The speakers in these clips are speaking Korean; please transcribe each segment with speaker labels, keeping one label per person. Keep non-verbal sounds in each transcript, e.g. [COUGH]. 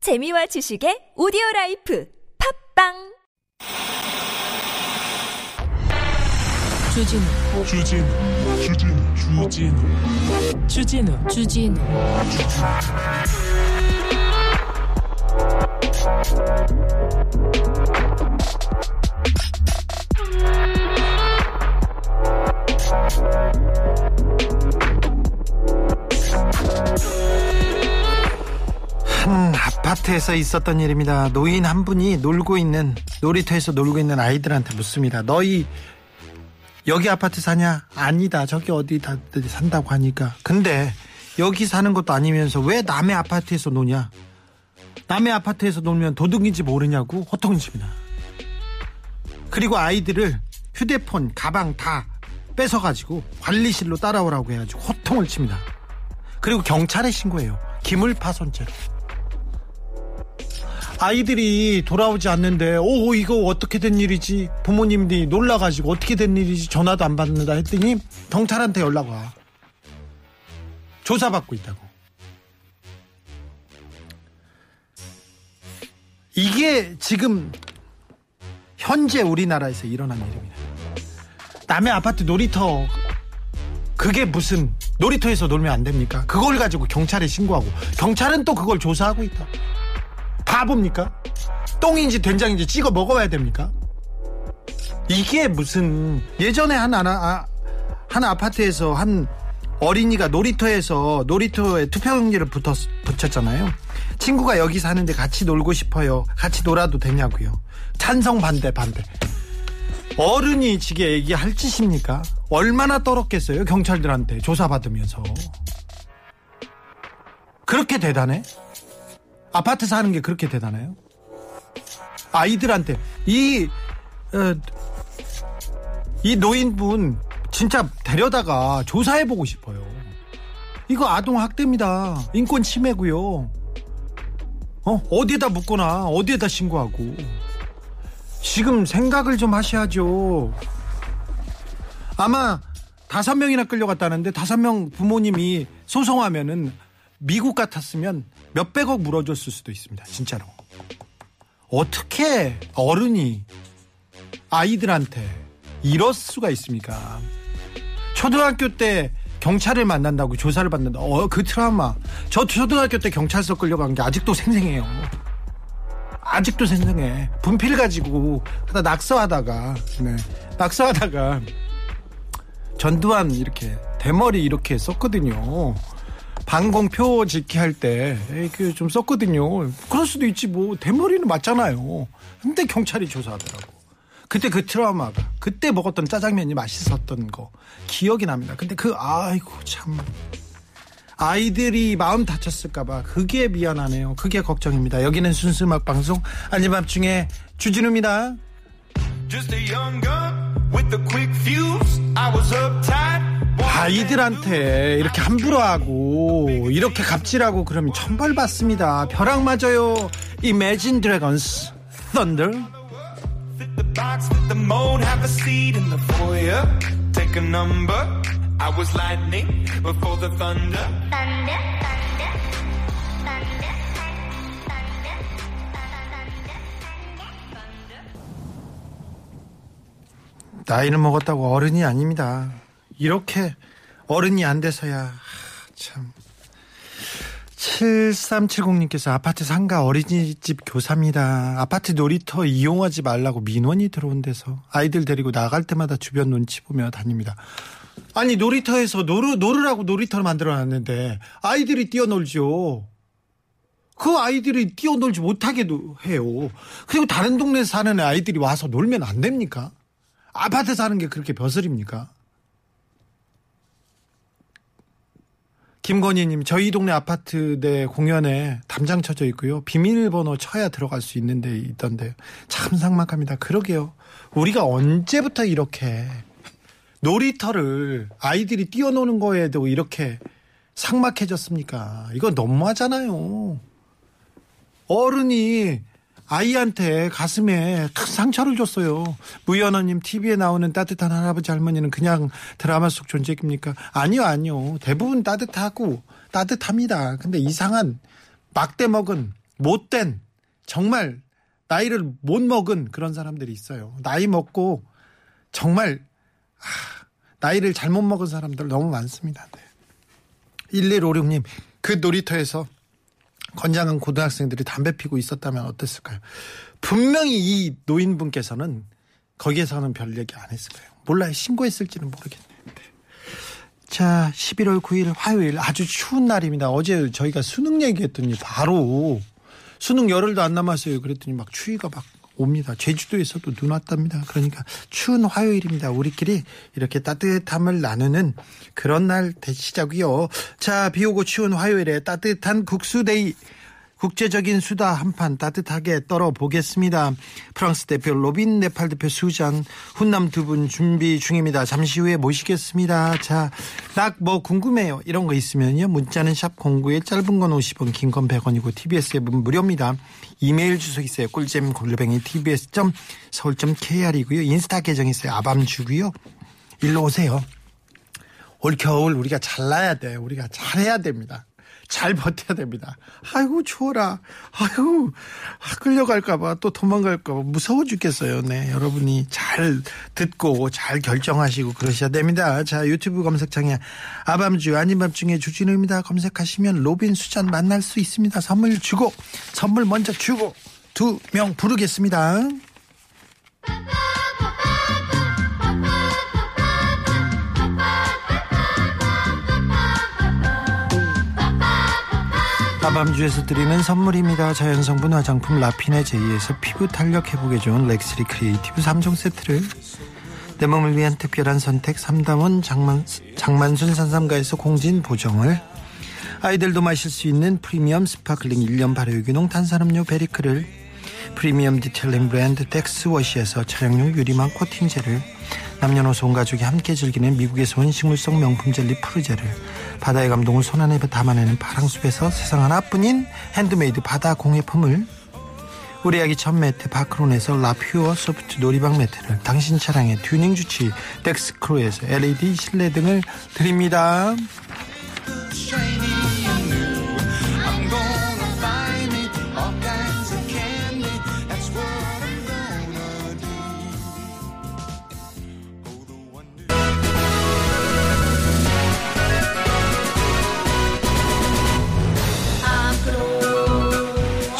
Speaker 1: 재미와 지식의 오디오 라이프 팝빵
Speaker 2: 주진우
Speaker 3: 주진우 주진우 주진우
Speaker 2: 주진우 주진우
Speaker 4: 한 아파트에서 있었던 일입니다. 노인 한 분이 놀고 있는 놀이터에서 놀고 있는 아이들한테 묻습니다. 너희 여기 아파트 사냐? 아니다. 저기 어디 다들 산다고 하니까. 근데 여기 사는 것도 아니면서 왜 남의 아파트에서 노냐? 남의 아파트에서 놀면 도둑인지 모르냐고 호통집니다. 그리고 아이들을 휴대폰, 가방 다 뺏어가지고 관리실로 따라오라고 해가지고 호통을 칩니다. 그리고 경찰에 신고해요. 기물파손죄로. 아이들이 돌아오지 않는데 오 이거 어떻게 된 일이지 부모님들이 놀라가지고 어떻게 된 일이지 전화도 안 받는다 했더니 경찰한테 연락 와 조사받고 있다고 이게 지금 현재 우리나라에서 일어난 일입니다 남의 아파트 놀이터 그게 무슨 놀이터에서 놀면 안 됩니까 그걸 가지고 경찰에 신고하고 경찰은 또 그걸 조사하고 있다 바보입니까? 똥인지 된장인지 찍어 먹어야 됩니까? 이게 무슨 예전에 한 하나 아, 한 아파트에서 한 어린이가 놀이터에서 놀이터에 투표용지를 붙었, 붙였잖아요. 친구가 여기 사는데 같이 놀고 싶어요. 같이 놀아도 되냐고요. 찬성 반대 반대. 어른이 지게 얘기할 짓입니까? 얼마나 떨었겠어요 경찰들한테 조사받으면서 그렇게 대단해? 아파트 사는 게 그렇게 되나요? 아이들한테 이, 어, 이 노인분 진짜 데려다가 조사해보고 싶어요. 이거 아동학대입니다. 인권 침해고요. 어? 어디에다 묻거나 어디에다 신고하고 지금 생각을 좀 하셔야죠. 아마 다섯 명이나 끌려갔다는데 다섯 명 부모님이 소송하면은 미국 같았으면 몇백억 물어줬을 수도 있습니다. 진짜로. 어떻게 어른이 아이들한테 이럴 수가 있습니까? 초등학교 때 경찰을 만난다고 조사를 받는다. 어, 그 트라우마. 저 초등학교 때 경찰서 끌려간 게 아직도 생생해요. 아직도 생생해. 분필 가지고 하다 낙서하다가, 네. 낙서하다가 전두환 이렇게 대머리 이렇게 썼거든요. 방공표 짓기 할때그좀 썼거든요. 그럴 수도 있지 뭐 대머리는 맞잖아요. 근데 경찰이 조사하더라고. 그때 그 트라우마가 그때 먹었던 짜장면이 맛있었던 거 기억이 납니다. 근데 그 아이고 참 아이들이 마음 다쳤을까봐 그게 미안하네요. 그게 걱정입니다. 여기는 순수 음악 방송 안진밤중에 주진우입니다.
Speaker 5: Just a young gun with a quick fuse. I was uptight.
Speaker 4: 아이들한테 이렇게 함부로 하고 이렇게 갑질하고 그러면 천벌 받습니다. 벼락 맞아요. Imagine Dragons Thunder.
Speaker 5: Fit the box, fit the mold, have a seat in the foyer. Take a number. I was lightning before the thunder.
Speaker 6: thunder, thunder, thunder, thunder, thunder, thunder, thunder.
Speaker 4: 나이를 먹었다고 어른이 아닙니다. 이렇게 어른이 안 돼서야 하, 참. 7370님께서 아파트 상가 어린이집 교사입니다. 아파트 놀이터 이용하지 말라고 민원이 들어온 데서 아이들 데리고 나갈 때마다 주변 눈치 보며 다닙니다. 아니 놀이터에서 노르, 노르라고 놀이터를 만들어놨는데 아이들이 뛰어놀죠. 그 아이들이 뛰어놀지 못하게도 해요. 그리고 다른 동네 에 사는 아이들이 와서 놀면 안 됩니까? 아파트 사는 게 그렇게 벼슬입니까? 김건희님, 저희 동네 아파트 내 공연에 담장 쳐져 있고요. 비밀번호 쳐야 들어갈 수 있는데 있던데 참 상막합니다. 그러게요. 우리가 언제부터 이렇게 놀이터를 아이들이 뛰어노는 거에도 이렇게 상막해졌습니까? 이거 너무하잖아요. 어른이 아이한테 가슴에 큰 상처를 줬어요. 무연어님 TV에 나오는 따뜻한 할아버지 할머니는 그냥 드라마 속 존재입니까? 아니요 아니요 대부분 따뜻하고 따뜻합니다. 근데 이상한 막대 먹은 못된 정말 나이를 못 먹은 그런 사람들이 있어요. 나이 먹고 정말 아, 나이를 잘못 먹은 사람들 너무 많습니다. 네. 1156님 그 놀이터에서 건장한 고등학생들이 담배 피고 있었다면 어땠을까요? 분명히 이 노인분께서는 거기에서는 별 얘기 안 했을 거예요. 몰라요. 신고했을지는 모르겠네요. 네. 자, 11월 9일 화요일 아주 추운 날입니다. 어제 저희가 수능 얘기했더니 바로 수능 열흘도 안 남았어요. 그랬더니 막 추위가 막 옵니다. 제주도에서도 눈 왔답니다. 그러니까 추운 화요일입니다. 우리끼리 이렇게 따뜻함을 나누는 그런 날 되시자고요. 자, 비 오고 추운 화요일에 따뜻한 국수데이 국제적인 수다 한 판 따뜻하게 떨어보겠습니다. 프랑스 대표 로빈, 네팔 대표 수잔, 훈남 두 분 준비 중입니다. 잠시 후에 모시겠습니다. 자, 딱 뭐 궁금해요. 이런 거 있으면요. 문자는 샵 09에 짧은 건 50원, 긴 건 100원이고 TBS 앱은 무료입니다. 이메일 주소 있어요. 꿀잼 골뱅이 tbs.서울.kr이고요. 인스타 계정 있어요. 아밤주고요. 일로 오세요. 올 겨울 우리가 잘나야 돼. 우리가 잘해야 됩니다. 잘 버텨야 됩니다. 아이고 추워라. 아이고 아, 끌려갈까봐 또 도망갈까봐 무서워 죽겠어요. 네 여러분이 잘 듣고 잘 결정하시고 그러셔야 됩니다. 자 유튜브 검색창에 아밤주 아닌 밤중에 주진우입니다. 검색하시면 로빈 수잔 만날 수 있습니다. 선물 주고 선물 먼저 주고 두 명 부르겠습니다. 아밤주에서 드리는 선물입니다. 자연성분 화장품 라피네 제이에서 피부 탄력 회복에 좋은 렉스리 크리에이티브 3종 세트를 내 몸을 위한 특별한 선택 3담원 장만, 장만순 산삼가에서 공진 보정을 아이들도 마실 수 있는 프리미엄 스파클링 1년 발효 유기농 탄산음료 베리크를 프리미엄 디테일링 브랜드 덱스워시에서 차량용 유리망 코팅제를 남녀노소 온 가족이 함께 즐기는 미국에서 온 식물성 명품 젤리 푸르제를 바다의 감동을 손안에 담아내는 파랑숲에서 세상 하나뿐인 핸드메이드 바다 공예품을 우리 아기 첫 매트 바크론에서 라퓨어 소프트 놀이방 매트를 당신 차량의 튜닝 주치 덱스크루에서 LED 실내 등을 드립니다.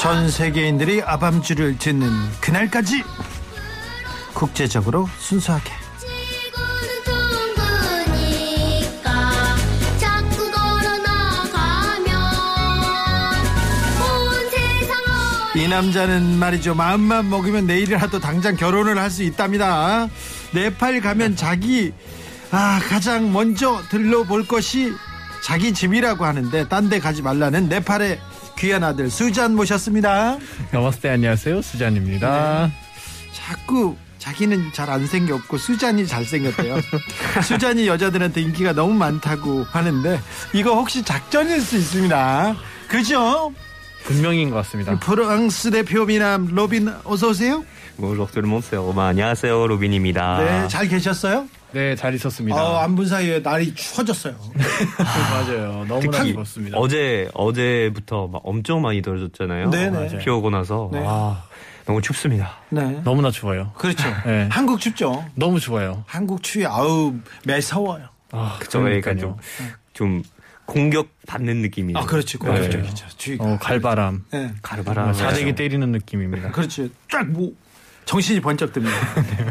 Speaker 4: 전 세계인들이 아밤주를 듣는 그날까지 국제적으로 순수하게
Speaker 6: 지구는 둥그니까 자꾸 걸어 나가면 온 세상을
Speaker 4: 이 남자는 말이죠 마음만 먹으면 내일이라도 당장 결혼을 할 수 있답니다 네팔 가면 자기 아 가장 먼저 들러볼 것이 자기 집이라고 하는데 딴 데 가지 말라는 네팔의 귀한 아들 수잔 모셨습니다
Speaker 7: 나마스테 안녕하세요 수잔입니다.
Speaker 4: 자꾸 자기는 잘 안 생겼고 수잔이 잘
Speaker 7: [LAUGHS]
Speaker 4: 생겼대요. 수잔이 여자들한테 인기가 너무 많다고 하는데 이거 혹시 작전일 수 있습니다. 그죠?
Speaker 7: 분명인 것 같습니다.
Speaker 4: 프랑스 대표 미남 로빈 어서 오세요.
Speaker 8: Bonjour tout le monde, c'est Romain. 안녕하세요,
Speaker 7: 아.
Speaker 8: 로빈입니다.
Speaker 4: 네, 잘 계셨어요?
Speaker 7: 네 잘 있었습니다.
Speaker 4: 어, 안 본 사이에 날이 추워졌어요.
Speaker 7: 맞아요. 너무나
Speaker 8: 특히
Speaker 7: 입었습니다.
Speaker 8: 어제 어제부터 막 엄청 많이 떨어졌잖아요.
Speaker 4: 네네.
Speaker 8: 비 오고 나서
Speaker 4: 네.
Speaker 8: 와, 너무 춥습니다.
Speaker 4: 네.
Speaker 7: [LAUGHS] 너무나 좋아요.
Speaker 4: 그렇죠.
Speaker 7: 네.
Speaker 4: 한국 춥죠.
Speaker 7: 너무 좋아요.
Speaker 4: 한국 추위 아우 매서워요.
Speaker 7: 아,
Speaker 8: 그쵸? 그러니까 좀, 좀 공격 받는 느낌이에요.
Speaker 4: 아, 그렇지.
Speaker 8: 네.
Speaker 4: 그렇죠. 그렇죠. 추위가.
Speaker 7: 예. 어, 갈바람.
Speaker 4: 네.
Speaker 8: 가르바람.
Speaker 7: 사대기 때리는 느낌입니다.
Speaker 4: 그렇지. 쫙 뭐. 정신이 번쩍
Speaker 7: [LAUGHS]
Speaker 4: 듭니다.
Speaker 7: 네.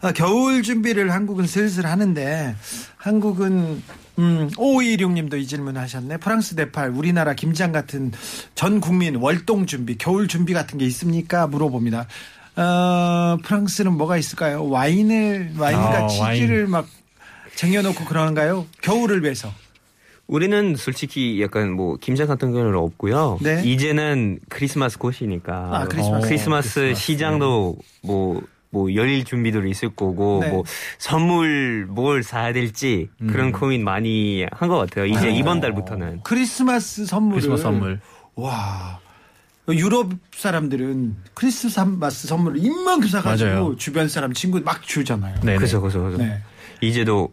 Speaker 4: 아, 겨울 준비를 한국은 슬슬 하는데 한국은 음, 5526님도 이 질문 하셨네. 프랑스 네팔 우리나라 김장 같은 전 국민 월동 준비, 겨울 준비 같은 게 있습니까? 물어봅니다. 어, 프랑스는 뭐가 있을까요? 와인을 와인과
Speaker 7: 아,
Speaker 4: 치즈를 막 쟁여놓고 그러는가요? 겨울을 위해서.
Speaker 8: 우리는 솔직히 약간 뭐 김장 같은 경우는 없고요.
Speaker 4: 네.
Speaker 8: 이제는 크리스마스 꽃이니까
Speaker 4: 아, 크리스마스.
Speaker 8: 어, 크리스마스 시장도 뭐. 뭐 열일 준비도 있을 거고
Speaker 4: 네.
Speaker 8: 뭐 선물 뭘 사야 될지 그런 고민 많이 한 것 같아요. 이제 이번 달부터는
Speaker 4: 크리스마스 선물을
Speaker 7: 크리스마스 선물.
Speaker 4: 와 유럽 사람들은 크리스마스 선물을 입만큼 그 사가지고
Speaker 7: 맞아요.
Speaker 4: 주변 사람 친구 막 주잖아요.
Speaker 7: 네.
Speaker 8: 그죠 그죠 그죠.
Speaker 4: 네.
Speaker 8: 이제도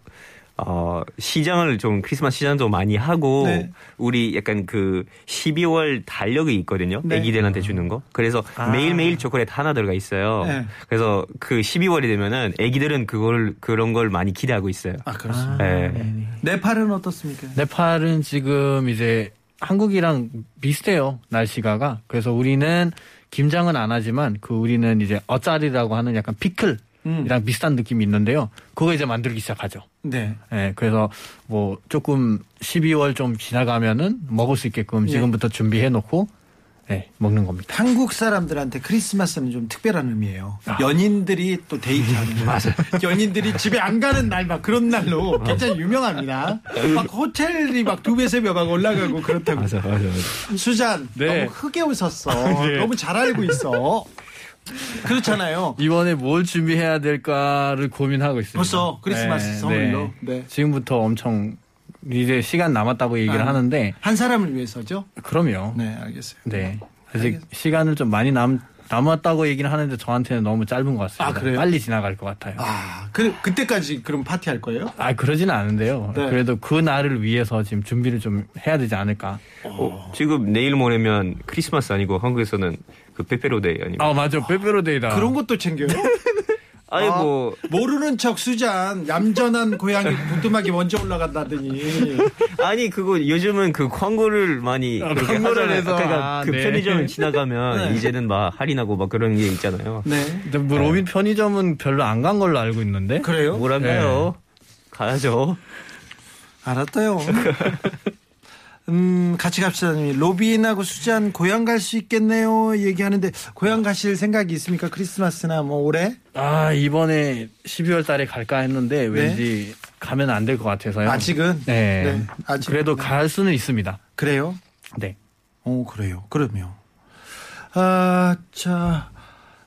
Speaker 8: 어, 시장을 좀 크리스마스 시장도 많이 하고
Speaker 4: 네.
Speaker 8: 우리 약간 그 12월 달력이 있거든요.
Speaker 4: 네.
Speaker 8: 애기들한테 주는 거. 그래서
Speaker 7: 아.
Speaker 8: 매일매일 초콜릿 하나 들어가 있어요.
Speaker 4: 네.
Speaker 8: 그래서 그 12월이 되면은 애기들은 그걸 그런 걸 많이 기대하고 있어요.
Speaker 4: 아 그렇습니다.
Speaker 8: 예.
Speaker 4: 아. 네팔은 어떻습니까?
Speaker 7: 네팔은 지금 이제 한국이랑 비슷해요 날씨가가 그래서 우리는 김장은 안 하지만 그 우리는 이제 어짜리라고 하는 약간 피클이랑 비슷한 느낌이 있는데요 그거 이제 만들기 시작하죠.
Speaker 4: 네.
Speaker 7: 예, 그래서 뭐 조금 12월 좀 지나가면은 먹을 수 있게끔
Speaker 4: 예.
Speaker 7: 지금부터 준비해 놓고 예, 먹는 겁니다.
Speaker 4: 한국 사람들한테 크리스마스는 좀 특별한 의미예요.
Speaker 7: 아.
Speaker 4: 연인들이 또
Speaker 7: [LAUGHS]
Speaker 4: 데이트하는 맞아. 연인들이 집에 안 가는 날 막 그런
Speaker 7: 어.
Speaker 4: 날로 굉장히 유명합니다. 막 호텔이 막 두 배 세 배 막 올라가고 그렇다고.
Speaker 7: 맞아, 맞아.
Speaker 4: 수잔
Speaker 7: 네. 아,
Speaker 4: 너무 크게 웃었어. 너무 잘 알고 있어. 그렇잖아요.
Speaker 7: 이번에 뭘 준비해야 될까를 고민하고 있습니다. 예,
Speaker 4: 벌써 크리스마스 선물로? 네.
Speaker 7: 지금부터 엄청 이제 시간 남았다고 얘기를
Speaker 4: 아.
Speaker 7: 하는데
Speaker 4: 한 사람을 위해서죠.
Speaker 7: 그럼요. 네.
Speaker 4: 네, 알겠어요.
Speaker 7: 아직 시간을 좀 많이 남 남았다고 얘기는 하는데 저한테는 너무 짧은 것 같습니다.
Speaker 4: 아, 그래요?
Speaker 7: 빨리 지나갈 것 같아요. 아,
Speaker 4: 아, 그 그때까지 그럼 파티할 거예요?
Speaker 7: 그러진 않은데요.
Speaker 4: 네.
Speaker 7: 그래도 그 날을 위해서 지금 준비를 좀 해야 되지 않을까.
Speaker 8: 어, 지금 내일 모레면 크리스마스 아니고 한국에서는 그 페페로데이 아니면
Speaker 7: 아 맞아, 빼빼로데이다.
Speaker 4: 그런 것도 챙겨요?
Speaker 8: 아이고
Speaker 4: 모르는 척 수잔 얌전한 고양이 부뚜막이 먼저 올라간다더니
Speaker 8: 아니 그거 요즘은 그 광고를 많이
Speaker 7: 아,
Speaker 8: 그렇게
Speaker 7: 광고를
Speaker 8: 하잖아요.
Speaker 7: 해서.
Speaker 8: 그러니까
Speaker 7: 아,
Speaker 8: 그
Speaker 7: 네. [LAUGHS]
Speaker 8: 편의점 지나가면 이제는 막 할인하고 막 그런 게 있잖아요.
Speaker 4: 네
Speaker 7: 근데 뭐 로빈 편의점은 별로 안 간 걸로 알고 있는데.
Speaker 4: 그래요?
Speaker 8: 뭐랄까요? 가야죠.
Speaker 4: 알았어요. 음 같이 갑시다님이 로빈하고 수잔 고향 갈 수 있겠네요 얘기하는데 고향 가실 생각이 있습니까 크리스마스나 뭐 올해
Speaker 7: 아 이번에 12월 달에 갈까 했는데 왠지 가면 안 될 것 같아서요.
Speaker 4: 아직은
Speaker 7: 네.
Speaker 4: 네, 아직은.
Speaker 7: 그래도 갈 수는 있습니다.
Speaker 4: 그래요?
Speaker 7: 네.
Speaker 4: 어 그래요. 그럼요. 아, 아자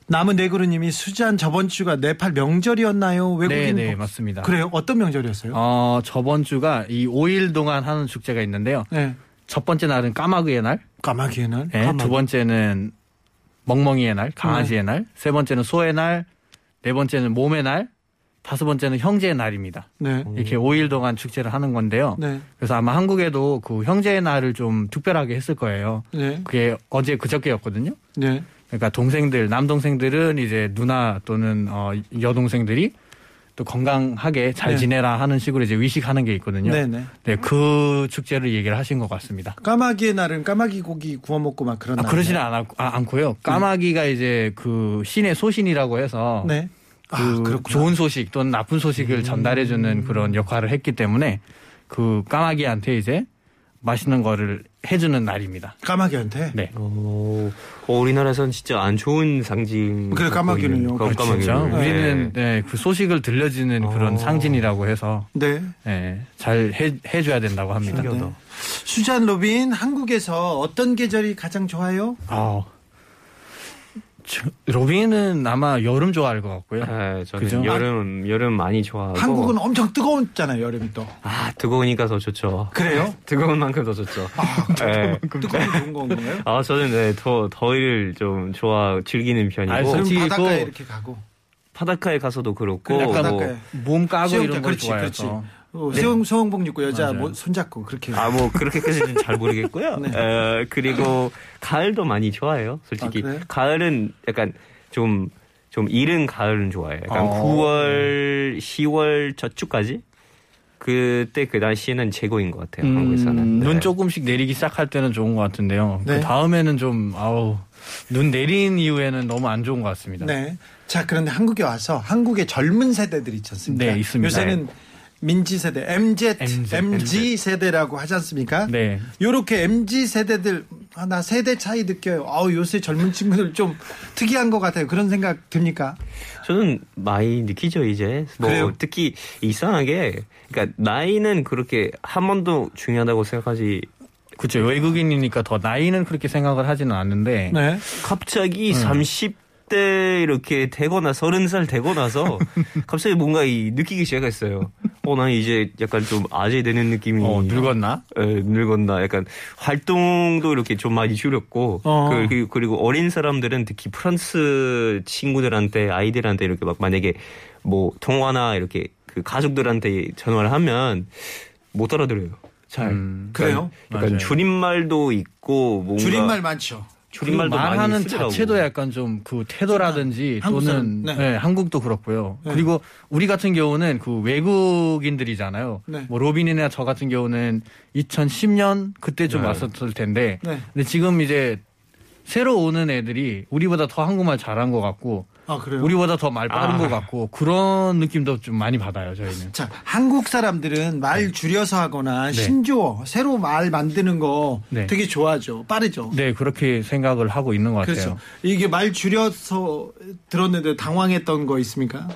Speaker 4: 남은 네그루님이 수잔 저번 주가 네팔 명절이었나요?
Speaker 7: 네,
Speaker 4: 외국인
Speaker 7: 네,
Speaker 4: 복-
Speaker 7: 맞습니다.
Speaker 4: 그래요? 어떤 명절이었어요?
Speaker 7: 어, 저번 주가 이 5일 동안 하는 축제가 있는데요.
Speaker 4: 네
Speaker 7: 첫 번째 날은 까마귀의 날,
Speaker 4: 까마귀의 날.
Speaker 7: 네,
Speaker 4: 까마귀.
Speaker 7: 두 번째는 멍멍이의 날, 강아지의 날, 세 번째는 소의 날, 네 번째는 몸의 날, 다섯 번째는 형제의 날입니다.
Speaker 4: 네.
Speaker 7: 이렇게 5일 동안 축제를 하는 건데요.
Speaker 4: 네.
Speaker 7: 그래서 아마 한국에도 그 형제의 날을 좀 특별하게 했을 거예요.
Speaker 4: 네.
Speaker 7: 그게 어제 그저께였거든요.
Speaker 4: 네.
Speaker 7: 그러니까 동생들 남동생들은 이제 누나 또는 어, 여동생들이 또 건강하게 잘
Speaker 4: 네.
Speaker 7: 지내라 하는 식으로 이제 위식하는 게 있거든요.
Speaker 4: 네네.
Speaker 7: 네, 그 축제를 얘기를 하신 것 같습니다.
Speaker 4: 까마귀의 날은 까마귀 고기 구워 먹고 막 그런
Speaker 7: 아,
Speaker 4: 날.
Speaker 7: 그러지는 않았고, 아, 않고요. 까마귀가 이제 그 신의 소신이라고 해서
Speaker 4: 네.
Speaker 7: 그
Speaker 4: 아, 그렇구나. 음.
Speaker 7: 좋은 소식 또는 나쁜 소식을 전달해주는 그런 역할을 했기 때문에 그 까마귀한테 이제 맛있는 거를 해주는 날입니다.
Speaker 4: 까마귀한테.
Speaker 7: 네.
Speaker 8: 어, 어, 우리나라에는 진짜 안 좋은 상징.
Speaker 4: 그래, 까마귀는요. 그렇죠.
Speaker 8: 그
Speaker 7: 아, 진짜
Speaker 8: 까마귀는.
Speaker 7: 우리는
Speaker 8: 네.
Speaker 7: 네, 그 소식을 들려주는
Speaker 4: 어.
Speaker 7: 그런 상징이라고 해서
Speaker 4: 네.
Speaker 7: 예, 잘 해, 해줘야 된다고 합니다.
Speaker 4: 네. 수잔 로빈 한국에서 어떤 계절이 가장 좋아요?
Speaker 7: 아, 저- 로빈은 아마 여름 좋아할 것 같고요.
Speaker 8: 네, 저는
Speaker 7: 그죠?
Speaker 8: 여름 여름 많이 좋아하고.
Speaker 4: 한국은 어- 엄청 뜨거웠잖아요 여름이 또.
Speaker 8: 아 뜨거우니까 더 좋죠.
Speaker 7: 아,
Speaker 4: 그래요?
Speaker 8: 뜨거운 만큼 더 좋죠. 네.
Speaker 4: 아, 뜨거운 게 좋은 건가요?
Speaker 7: 어,
Speaker 8: 아 저는 네, 더 더위를 좀 좋아 즐기는 편이고
Speaker 7: 아,
Speaker 4: 그럼
Speaker 7: 솔직히
Speaker 4: 바닷가에
Speaker 7: 이거-
Speaker 4: 이렇게 가고.
Speaker 8: 바닷가에 가서도 그렇고
Speaker 4: 그래,
Speaker 8: 뭐,
Speaker 4: 바닷가에.
Speaker 7: 몸 까고
Speaker 4: 수영장,
Speaker 7: 이런 걸
Speaker 4: 그렇지, 그렇지.
Speaker 7: 좋아해서. 네.
Speaker 4: 어, 수영 수영복 입고 여자 뭐 손잡고 그렇게.
Speaker 8: 아, 뭐, 그렇게까지는 잘
Speaker 4: [LAUGHS]
Speaker 8: 모르겠고요.
Speaker 4: 네.
Speaker 8: 어, 그리고, 가을도 많이 좋아해요, 솔직히.
Speaker 4: 아, 그래요?
Speaker 8: 가을은 약간 좀, 좀 이른 가을은 좋아해요. 약간
Speaker 7: 어.
Speaker 4: 네.
Speaker 8: 9월, 10월 저축까지? 그때 그 날씨는 최고인 것 같아요, 한국에서는.
Speaker 7: 음,
Speaker 8: 네.
Speaker 7: 눈 조금씩 내리기 시작할 때는 좋은 것 같은데요.
Speaker 4: 네.
Speaker 7: 그 다음에는 좀 아우 눈 내린 이후에는 너무 안 좋은 것 같습니다.
Speaker 4: 네. 자 그런데 한국에 와서 한국의 젊은 세대들 있지 않습니까?
Speaker 7: 네, 있습니다.
Speaker 4: 요새는 민지 세대, MZ, MZ,
Speaker 7: MZ,
Speaker 4: 세대라고 하지 않습니까?
Speaker 7: 네.
Speaker 4: 요렇게 MZ 세대들 아, 나 세대 차이 느껴요. 아우 요새 젊은 친구들 좀 특이한 것 같아요. 그런 생각 듭니까?
Speaker 8: 저는 많이 느끼죠 이제 뭐
Speaker 4: 그래요?
Speaker 8: 특히 이상하게 그러니까 나이는 그렇게 한 번도 중요하다고 생각하지
Speaker 7: 그렇죠. 외국인이니까 더 나이는 그렇게 생각을 하지는 않는데
Speaker 4: 네.
Speaker 8: 갑자기
Speaker 7: 음.
Speaker 8: 30대 이렇게 되거나 30살 되고
Speaker 7: [LAUGHS]
Speaker 8: 나서 갑자기 뭔가 이 느끼기 시작했어요. 어, 난 이제 약간 좀 아재 되는 느낌이.
Speaker 7: 어, 늙었나?
Speaker 8: 예, 늙었나. 약간 활동도 이렇게 좀 많이 줄였고.
Speaker 4: 어.
Speaker 8: 그- 그리고, 그리고 어린 사람들은 특히 프랑스 친구들한테 아이들한테 이렇게 막 만약에 뭐 통화나 이렇게 그 그 가족들한테 전화를 하면 못 알아들어요. 잘.
Speaker 4: 그래요?
Speaker 8: 약간
Speaker 7: 음. 맞아요.
Speaker 8: 줄임말도 있고 뭔가
Speaker 4: 줄임말 많죠.
Speaker 8: 줄임말도
Speaker 7: 그리고 말하는
Speaker 8: 많이 쓰더라고.
Speaker 7: 자체도 약간 좀 그 태도라든지
Speaker 4: 한국 사람,
Speaker 7: 또는
Speaker 4: 네.
Speaker 7: 네, 한국도 그렇고요. 그리고 우리 같은 경우는 그 외국인들이잖아요.
Speaker 4: 네.
Speaker 7: 뭐 로빈이나 저 같은 경우는 2010년 그때쯤
Speaker 8: 네.
Speaker 7: 왔었을 텐데,
Speaker 4: 네.
Speaker 7: 근데 지금 이제 새로 오는 애들이 우리보다 더 한국말 잘한 것 같고,
Speaker 4: 아 그래요?
Speaker 7: 우리보다 더 말 빠른
Speaker 8: 아.
Speaker 7: 것 같고 그런 느낌도 좀 많이 받아요 저희는.
Speaker 4: 자, 한국 사람들은
Speaker 7: 네.
Speaker 4: 말 줄여서 하거나 신조어, 새로 말 만드는 거
Speaker 7: 네.
Speaker 4: 되게 좋아하죠. 빠르죠.
Speaker 7: 네 그렇게 생각을 하고 있는 것 같아요.
Speaker 4: 그렇죠. 이게 말 줄여서 들었는데 당황했던 거 있습니까?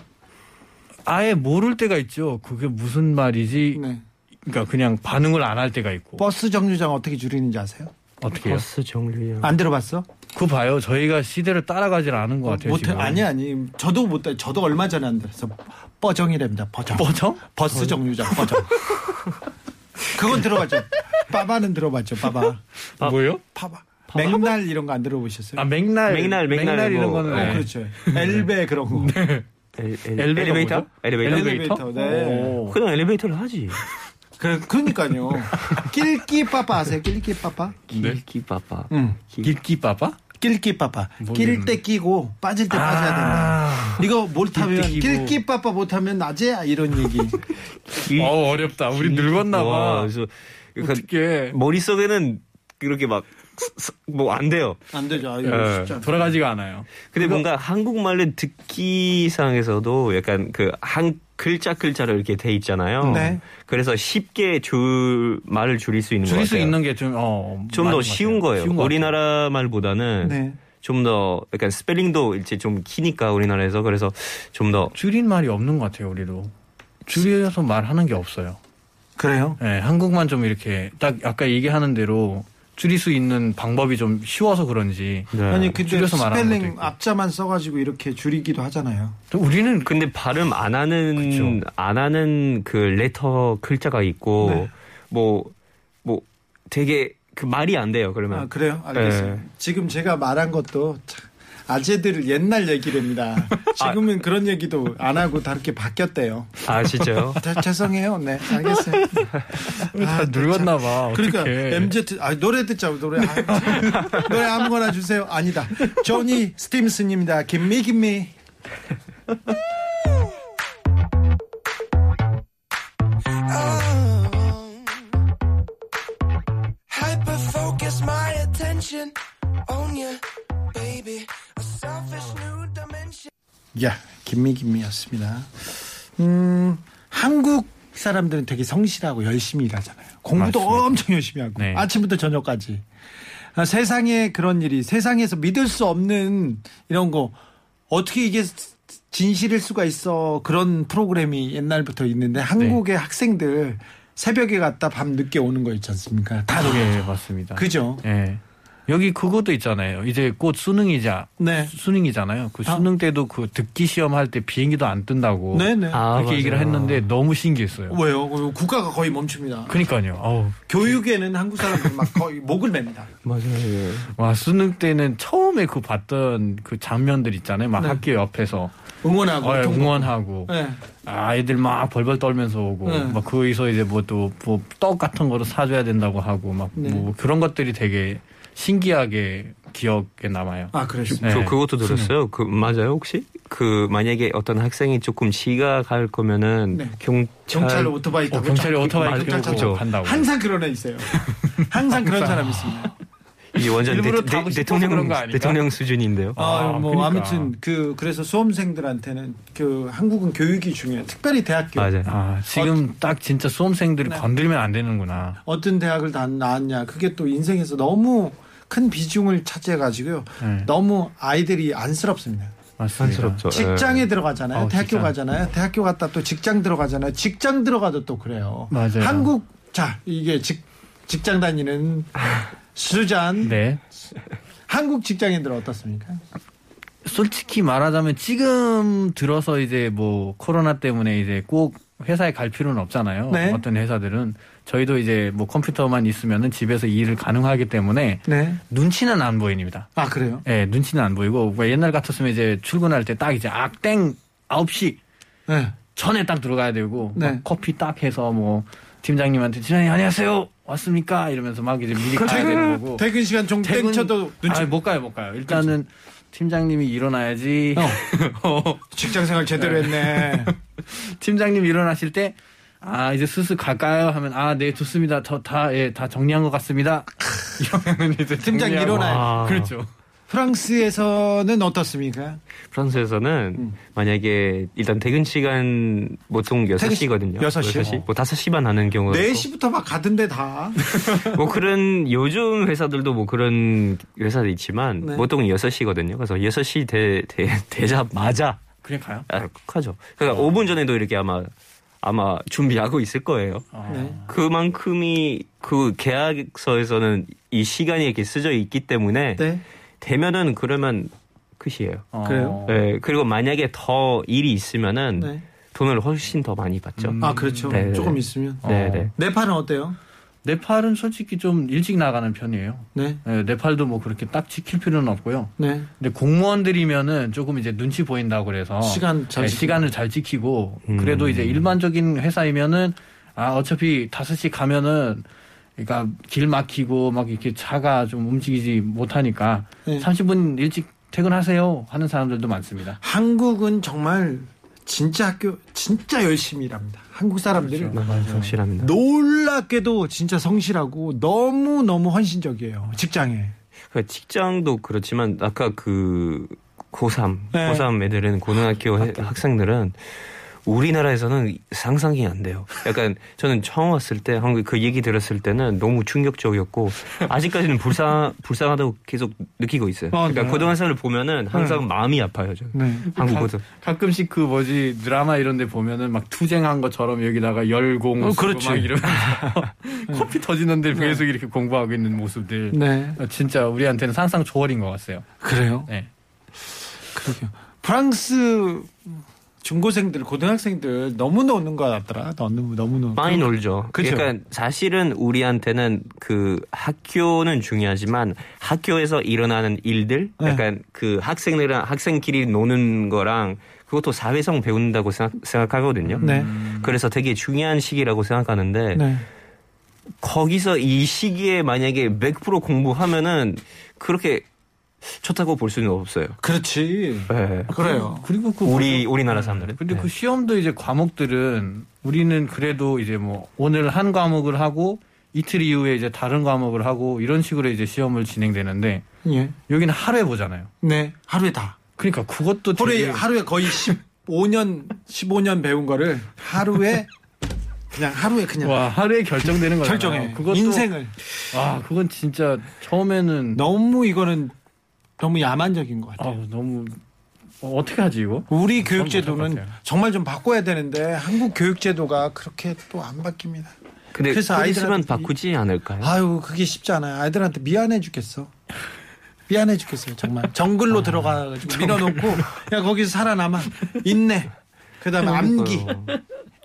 Speaker 7: 아예 모를 때가 있죠. 그게 무슨 말이지?
Speaker 4: 네. 뭐,
Speaker 7: 그러니까 그냥 반응을 안 할 때가 있고
Speaker 4: 버스 정류장 어떻게 줄이는지 아세요?
Speaker 7: 어떻게
Speaker 4: 뭐.
Speaker 7: 해요?
Speaker 8: 버스 정류장.
Speaker 4: 안 들어봤어?
Speaker 7: 그 봐요. 저희가 시대를 따라가질 않은 것 같아요.
Speaker 4: 못해.
Speaker 7: 지금.
Speaker 4: 뭐, 아니 아니. 저도 못 해. 저도 얼마 전에 안 들었어. 버정이랍니다. 버정.
Speaker 7: 버정?
Speaker 4: 버스 정류장 버정. 그건 들어봤죠. 빠바는 들어봤죠. 빠바.
Speaker 8: 아.
Speaker 7: 뭐요?
Speaker 4: 파바. 맥날 이런 거 안 들어보셨어요?
Speaker 7: 아 맥날,
Speaker 8: 맥날, 맥날
Speaker 7: 이런
Speaker 8: 뭐,
Speaker 7: 거는
Speaker 4: 어,
Speaker 7: 네.
Speaker 4: 그렇죠. 엘베 그런 거.
Speaker 8: 엘- 엘-
Speaker 7: 엘베가
Speaker 8: 엘리베이터?
Speaker 7: 뭐죠?
Speaker 8: 엘리베이터?
Speaker 7: 엘리베이터?
Speaker 4: 네.
Speaker 7: 오.
Speaker 8: 그냥 엘리베이터를 하지.
Speaker 4: 그, 그러니까요. 낄끼빠빠 아세요? 낄끼빠빠?
Speaker 7: 네.
Speaker 8: 길기빠빠.
Speaker 4: 응.
Speaker 7: 길기빠빠?
Speaker 4: 낄끼빠빠. 낄
Speaker 7: 모르겠네.
Speaker 4: 때 끼고 빠질 때 빠져야 된다.
Speaker 7: 뭐 아,
Speaker 4: 이거 못하면
Speaker 7: 낄때 끼고.
Speaker 4: 낄끼빠빠 못하면 낮에야 이런 얘기.
Speaker 8: 길-
Speaker 7: 어, 어렵다. 우리
Speaker 8: 와, 그러니까
Speaker 7: 늙었나봐.
Speaker 8: 그래서 약간
Speaker 7: 어떻게
Speaker 8: 머릿속에는 그렇게 막 뭐 안 돼요.
Speaker 4: 안 되죠. 아,
Speaker 8: 예.
Speaker 4: 이거 쉽지 않다.
Speaker 7: 돌아가지가 않아요.
Speaker 8: 근데 뭔가 한국말로 듣기상에서도 약간 그 한 글자 글자로 이렇게 돼 있잖아요.
Speaker 4: 네.
Speaker 8: 그래서 쉽게 줄 말을 줄일 수 있는 것
Speaker 7: 줄일 수
Speaker 8: 같아요.
Speaker 7: 있는 게좀어
Speaker 8: 좀 더 쉬운 거예요. 우리나라 말보다는
Speaker 4: 네.
Speaker 8: 좀 더 약간 스펠링도 이제 좀 키니까 우리나라에서 그래서 좀 더
Speaker 7: 줄인 말이 없는 것 같아요. 우리도 줄여서 말하는 게 없어요.
Speaker 4: 그래요?
Speaker 7: 예, 한국만 좀 이렇게 딱 아까 얘기하는 대로 줄일 수 있는 방법이 좀 쉬워서 그런지
Speaker 8: 네.
Speaker 4: 아니 근데
Speaker 7: 예. 줄여서 말하는 것도
Speaker 4: 스펠링
Speaker 7: 있고.
Speaker 4: 앞자만 써가지고 이렇게 줄이기도 하잖아요.
Speaker 7: 또 우리는
Speaker 8: 근데 발음 안 하는
Speaker 7: 그쵸.
Speaker 8: 안 하는 그 레터 글자가 있고 뭐 뭐 되게 그 말이 안 돼요. 그러면
Speaker 4: 아 그래요? 알겠어요.
Speaker 7: 예.
Speaker 8: 네.
Speaker 4: 지금 제가 말한 것도 참 아재들 옛날
Speaker 7: [LAUGHS]
Speaker 4: 얘기랍니다. 지금은 그런 얘기도 안 하고 다르게 바뀌었대요.
Speaker 8: 아 진짜요?
Speaker 4: 다- 죄송해요. 네, 아, 알겠어요.
Speaker 7: [LAUGHS] 다 늙었나
Speaker 4: [LAUGHS]
Speaker 7: 봐.
Speaker 4: 그러니까
Speaker 7: 어떡해.
Speaker 4: MZ 아 노래 듣자 노래 아, 참. 노래 아무거나 주세요. 아니다. 조니 스팀슨입니다. 김미 김미.
Speaker 9: Hyper focus my attention on you, baby. A selfish new dimension.
Speaker 4: 야, 김미 김미였습니다. 음, 한국 사람들은 되게 성실하고 열심히 일하잖아요. 공부도
Speaker 7: 맞습니다.
Speaker 4: 엄청 열심히 하고
Speaker 7: 네.
Speaker 4: 아침부터 저녁까지. 아, 세상에 그런 일이 세상에서 믿을 수 없는 이런 거 어떻게 이게 진실일 수가 있어 그런 프로그램이 옛날부터
Speaker 7: 네.
Speaker 4: 있는데 한국의 학생들 새벽에 갔다 밤 늦게 오는 거 있지 않습니까? 다 노래.
Speaker 7: 예, 맞습니다.
Speaker 4: 그죠?
Speaker 7: 예. 여기 그것도 있잖아요. 이제 곧 수능이자
Speaker 4: 네.
Speaker 7: 수능이잖아요. 그 수능 때도 그 듣기 시험 할 때 비행기도 안 뜬다고
Speaker 4: 네네.
Speaker 8: 아,
Speaker 7: 그렇게
Speaker 8: 맞아요.
Speaker 7: 얘기를 했는데 너무 신기했어요.
Speaker 4: 왜요? 국가가 거의 멈춥니다.
Speaker 7: 그러니까요. 어우,
Speaker 4: 교육에는 한국 사람들 막 거의 목을 맵니다.
Speaker 8: 맞아요. 예.
Speaker 7: 와 수능 때는 처음에 그 봤던 그 장면들 있잖아요.
Speaker 4: 네.
Speaker 7: 막 학교 옆에서
Speaker 4: 응원하고
Speaker 7: 어,
Speaker 4: 동-
Speaker 7: 응원하고
Speaker 4: 네.
Speaker 7: 아, 애들 막 벌벌 떨면서 오고
Speaker 4: 네.
Speaker 7: 막 거기서 이제 뭐 또 뭐 떡 같은 거를 사줘야 된다고 하고 막 뭐
Speaker 4: 네.
Speaker 7: 그런 것들이 되게 신기하게 기억에 남아요.
Speaker 4: 아 그렇습니다.
Speaker 7: 네.
Speaker 8: 저 그것도 들었어요. 그 맞아요 혹시? 그 만약에 어떤 학생이 조금 지각할 거면은
Speaker 4: 네.
Speaker 8: 경찰
Speaker 4: 경찰로 오토바이
Speaker 7: 어,
Speaker 4: 타고
Speaker 7: 경찰이
Speaker 4: 쫙-
Speaker 7: 오토바이
Speaker 4: 막 쫙-
Speaker 7: 끌고
Speaker 8: 그렇죠.
Speaker 7: 간다고.
Speaker 4: 항상 그런 애
Speaker 7: [LAUGHS]
Speaker 4: 있어요. 항상 그런 사람 있습니다.
Speaker 8: 이게 완전 대,
Speaker 7: 일부러
Speaker 8: 대,
Speaker 7: 타고 싶어서 그런
Speaker 8: 대통령
Speaker 7: 거 아닌가?
Speaker 8: 대통령 수준인데요.
Speaker 4: 아,
Speaker 7: 아,
Speaker 4: 뭐
Speaker 7: 그러니까.
Speaker 4: 아무튼 그 그래서 수험생들한테는 그 한국은 교육이 중요해. 요 특별히 대학교
Speaker 8: 맞아요.
Speaker 7: 아,
Speaker 4: 어,
Speaker 7: 지금 딱 진짜 수험생들이
Speaker 4: 네.
Speaker 7: 건들면 안 되는구나.
Speaker 4: 어떤 대학을 다 나왔냐 그게 또 인생에서 너무 큰 비중을 차지해 가지고요.
Speaker 7: 네.
Speaker 4: 너무 아이들이 안쓰럽습니다.
Speaker 7: 맞습니다.
Speaker 8: 한스럽죠. 예.
Speaker 4: 직장에 들어가잖아요.
Speaker 7: 예. 어,
Speaker 4: 대학교
Speaker 7: 직장.
Speaker 4: 가잖아요. 대학교 갔다 또 직장 들어가잖아요. 직장 들어가도 또 그래요.
Speaker 7: 맞아요.
Speaker 4: 한국 자 이게 직 직장 다니는 수잔
Speaker 7: 네.
Speaker 4: 한국 직장인들 은 어떻습니까?
Speaker 7: 솔직히 말하자면 지금 들어서 이제 뭐 코로나 때문에 이제 꼭 회사에 갈 필요는 없잖아요.
Speaker 4: 네.
Speaker 7: 어떤 회사들은 저희도 이제 뭐 컴퓨터만 있으면은 집에서 일을 가능하기 때문에
Speaker 4: 네.
Speaker 7: 눈치는 안 보입니다.
Speaker 4: 아 그래요?
Speaker 7: 예, 눈치는 안 보이고 뭐 옛날 같았으면 이제 출근할 때 딱 이제 악땡 9시
Speaker 4: 네.
Speaker 7: 전에 딱 들어가야 되고
Speaker 4: 네.
Speaker 7: 막 커피 딱 해서 뭐 팀장님한테 팀장님 안녕하세요 왔습니까 이러면서 막 이제 미리 가야 되는 거고
Speaker 4: 퇴근 시간 좀
Speaker 7: 퇴근-
Speaker 4: 땡쳐도 눈치
Speaker 7: 아니, 못 가요 못 가요 일단은 팀장님이 [LAUGHS] 일어나야지
Speaker 4: 직장 생활 제대로
Speaker 7: [LAUGHS]
Speaker 4: 했네.
Speaker 7: 팀장님 일어나실 때, 아, 이제 슬슬 갈까요? 하면, 아, 네, 좋습니다. 저 다, 예, 다 정리한 것 같습니다. [LAUGHS] 이러면 이제
Speaker 4: 팀장
Speaker 7: 정리하고.
Speaker 4: 일어나요.
Speaker 7: 아, 그렇죠.
Speaker 4: 프랑스에서는 어떻습니까?
Speaker 8: 프랑스에서는
Speaker 4: 음.
Speaker 8: 만약에 일단 퇴근 시간 보통 여섯
Speaker 4: 퇴근
Speaker 8: 시거든요
Speaker 4: 여섯 시요? 어.
Speaker 8: 뭐 다섯 시반 하는
Speaker 7: 어,
Speaker 8: 경우가 있고.
Speaker 4: 4시부터 막 가던데 다.
Speaker 8: 뭐 그런 요즘 회사들도 뭐 그런 회사도 있지만
Speaker 4: 네.
Speaker 8: 보통 여섯 시거든요 그래서 여섯 시 대, 대, 되자마자
Speaker 7: 그냥 가요?
Speaker 8: 아, 하죠. 그러니까
Speaker 4: 어.
Speaker 8: 5분 전에도 이렇게 아마 아마 준비하고 있을 거예요.
Speaker 7: 어.
Speaker 4: 네.
Speaker 8: 그만큼이 그 계약서에서는 이 시간이 이렇게 쓰여 있기 때문에
Speaker 4: 네.
Speaker 8: 되면은 그러면 끝이에요.
Speaker 7: 어.
Speaker 4: 그래요?
Speaker 8: 예, 그리고 만약에 더 일이
Speaker 7: 음.
Speaker 8: 있으면은
Speaker 4: 네.
Speaker 8: 돈을 훨씬 더 많이 받죠.
Speaker 4: 아, 그렇죠.
Speaker 8: 네, 네.
Speaker 4: 조금 있으면.
Speaker 8: 네,
Speaker 7: 어.
Speaker 8: 네.
Speaker 4: 네팔은 어때요?
Speaker 7: 네팔은 솔직히 좀 일찍 나가는 편이에요.
Speaker 4: 네.
Speaker 7: 네, 네팔도 뭐 그렇게 딱 지킬 필요는 없고요.
Speaker 4: 네.
Speaker 7: 근데 공무원들이면은 조금 이제 눈치 보인다고 그래서
Speaker 4: 시간 잘
Speaker 7: 네,
Speaker 4: 지키고.
Speaker 7: 시간을 잘 지키고
Speaker 8: 음.
Speaker 7: 그래도 이제 일반적인 회사이면은 아 어차피 5시 가면은 그러니까 길 막히고 막 이렇게 차가 좀 움직이지 못하니까
Speaker 4: 네.
Speaker 7: 30분 일찍 퇴근하세요 하는 사람들도 많습니다.
Speaker 4: 한국은 정말 진짜 학교 진짜 열심히 일합니다. 한국 사람들은
Speaker 8: 확실합니다.
Speaker 4: 네. 놀랍게도 진짜 성실하고 너무 너무 헌신적이에요. 직장에.
Speaker 8: 그 직장도 그렇지만 아까 그 고3,
Speaker 4: 네.
Speaker 8: 고3 애들은 고등학교 해- 학생들은 우리나라에서는 상상이 안 돼요. 약간 저는 처음 왔을 때 한국 그 얘기 들었을 때는 너무 충격적이었고 아직까지는 [LAUGHS] 불쌍 불쌍하다고 계속 느끼고 있어요.
Speaker 4: 아,
Speaker 8: 그러니까
Speaker 4: 네.
Speaker 8: 고등학생을 보면은 항상 마음이 아파요. 저는
Speaker 4: 네.
Speaker 8: 한국 고등
Speaker 7: 가끔씩 그 뭐지 드라마 이런 데 보면은 막 투쟁한 것처럼 여기다가 열공
Speaker 8: 어,
Speaker 7: 쓰고
Speaker 8: 그렇죠.
Speaker 7: 막 이러면서 [LAUGHS] 커피 터지는데 계속 이렇게 공부하고 있는 모습들
Speaker 4: 네.
Speaker 7: 어, 진짜 우리한테는 상상 초월인 것 같아요.
Speaker 4: 그래요?
Speaker 7: 네.
Speaker 4: 그러게요. 프랑스 중고생들, 고등학생들 너무 노는 것 같더라. 너무 너무 노.
Speaker 8: 많이 놀죠.
Speaker 4: 그쵸?
Speaker 8: 그러니까 사실은 우리한테는 그 학교는 중요하지만 학교에서 일어나는 일들,
Speaker 4: 네.
Speaker 8: 약간 그 학생들이랑 학생끼리 노는 거랑 그것도 사회성 배운다고 생각, 하거든요
Speaker 4: 네.
Speaker 8: 그래서 되게 중요한 시기라고 생각하는데
Speaker 4: 네.
Speaker 8: 거기서 이 시기에 만약에 100% 공부하면은 그렇게 좋다고 볼 수는 없어요.
Speaker 4: 그렇지.
Speaker 8: 네.
Speaker 4: 그래요.
Speaker 7: 그리고 그
Speaker 8: 우리 우리나라 사람들은.
Speaker 7: 근데
Speaker 8: 네.
Speaker 7: 그 시험도 이제 과목들은 우리는 그래도 이제 뭐 오늘 한 과목을 하고 이틀 이후에 이제 다른 과목을 하고 이런 식으로 이제 시험을 진행되는데
Speaker 4: 예.
Speaker 7: 여기는 하루에 보잖아요.
Speaker 4: 네. 하루에 다.
Speaker 7: 그러니까 그것도
Speaker 4: 하루에
Speaker 7: 되게
Speaker 4: 하루에 거의 15년 15년 배운 거를 하루에 그냥 하루에 그냥
Speaker 7: 와 하루에 결정되는 거잖아요.
Speaker 4: 결정해.
Speaker 7: 그것도
Speaker 4: 인생을
Speaker 7: 와 그건 진짜 처음에는
Speaker 4: 너무 이거는 너무 야만적인 것 같아요.
Speaker 7: 아우, 너무 어, 어떻게 하지 이거?
Speaker 4: 우리
Speaker 7: 못할 것
Speaker 4: 교육제도는
Speaker 7: 같아요.
Speaker 4: 정말 좀 바꿔야 되는데 한국 교육제도가 그렇게 또 안 바뀝니다.
Speaker 8: 근데
Speaker 4: 그래서
Speaker 8: 그래서 있으면
Speaker 4: 아이들한테
Speaker 8: 바꾸지 않을까요?
Speaker 4: 아유 그게 쉽지 않아요. 아이들한테 미안해 죽겠어. 미안해 죽겠어요 [LAUGHS] 정말. 아, 정글로 들어가가지고 밀어놓고 야 거기서 살아남아 인내. 그다음에 암기,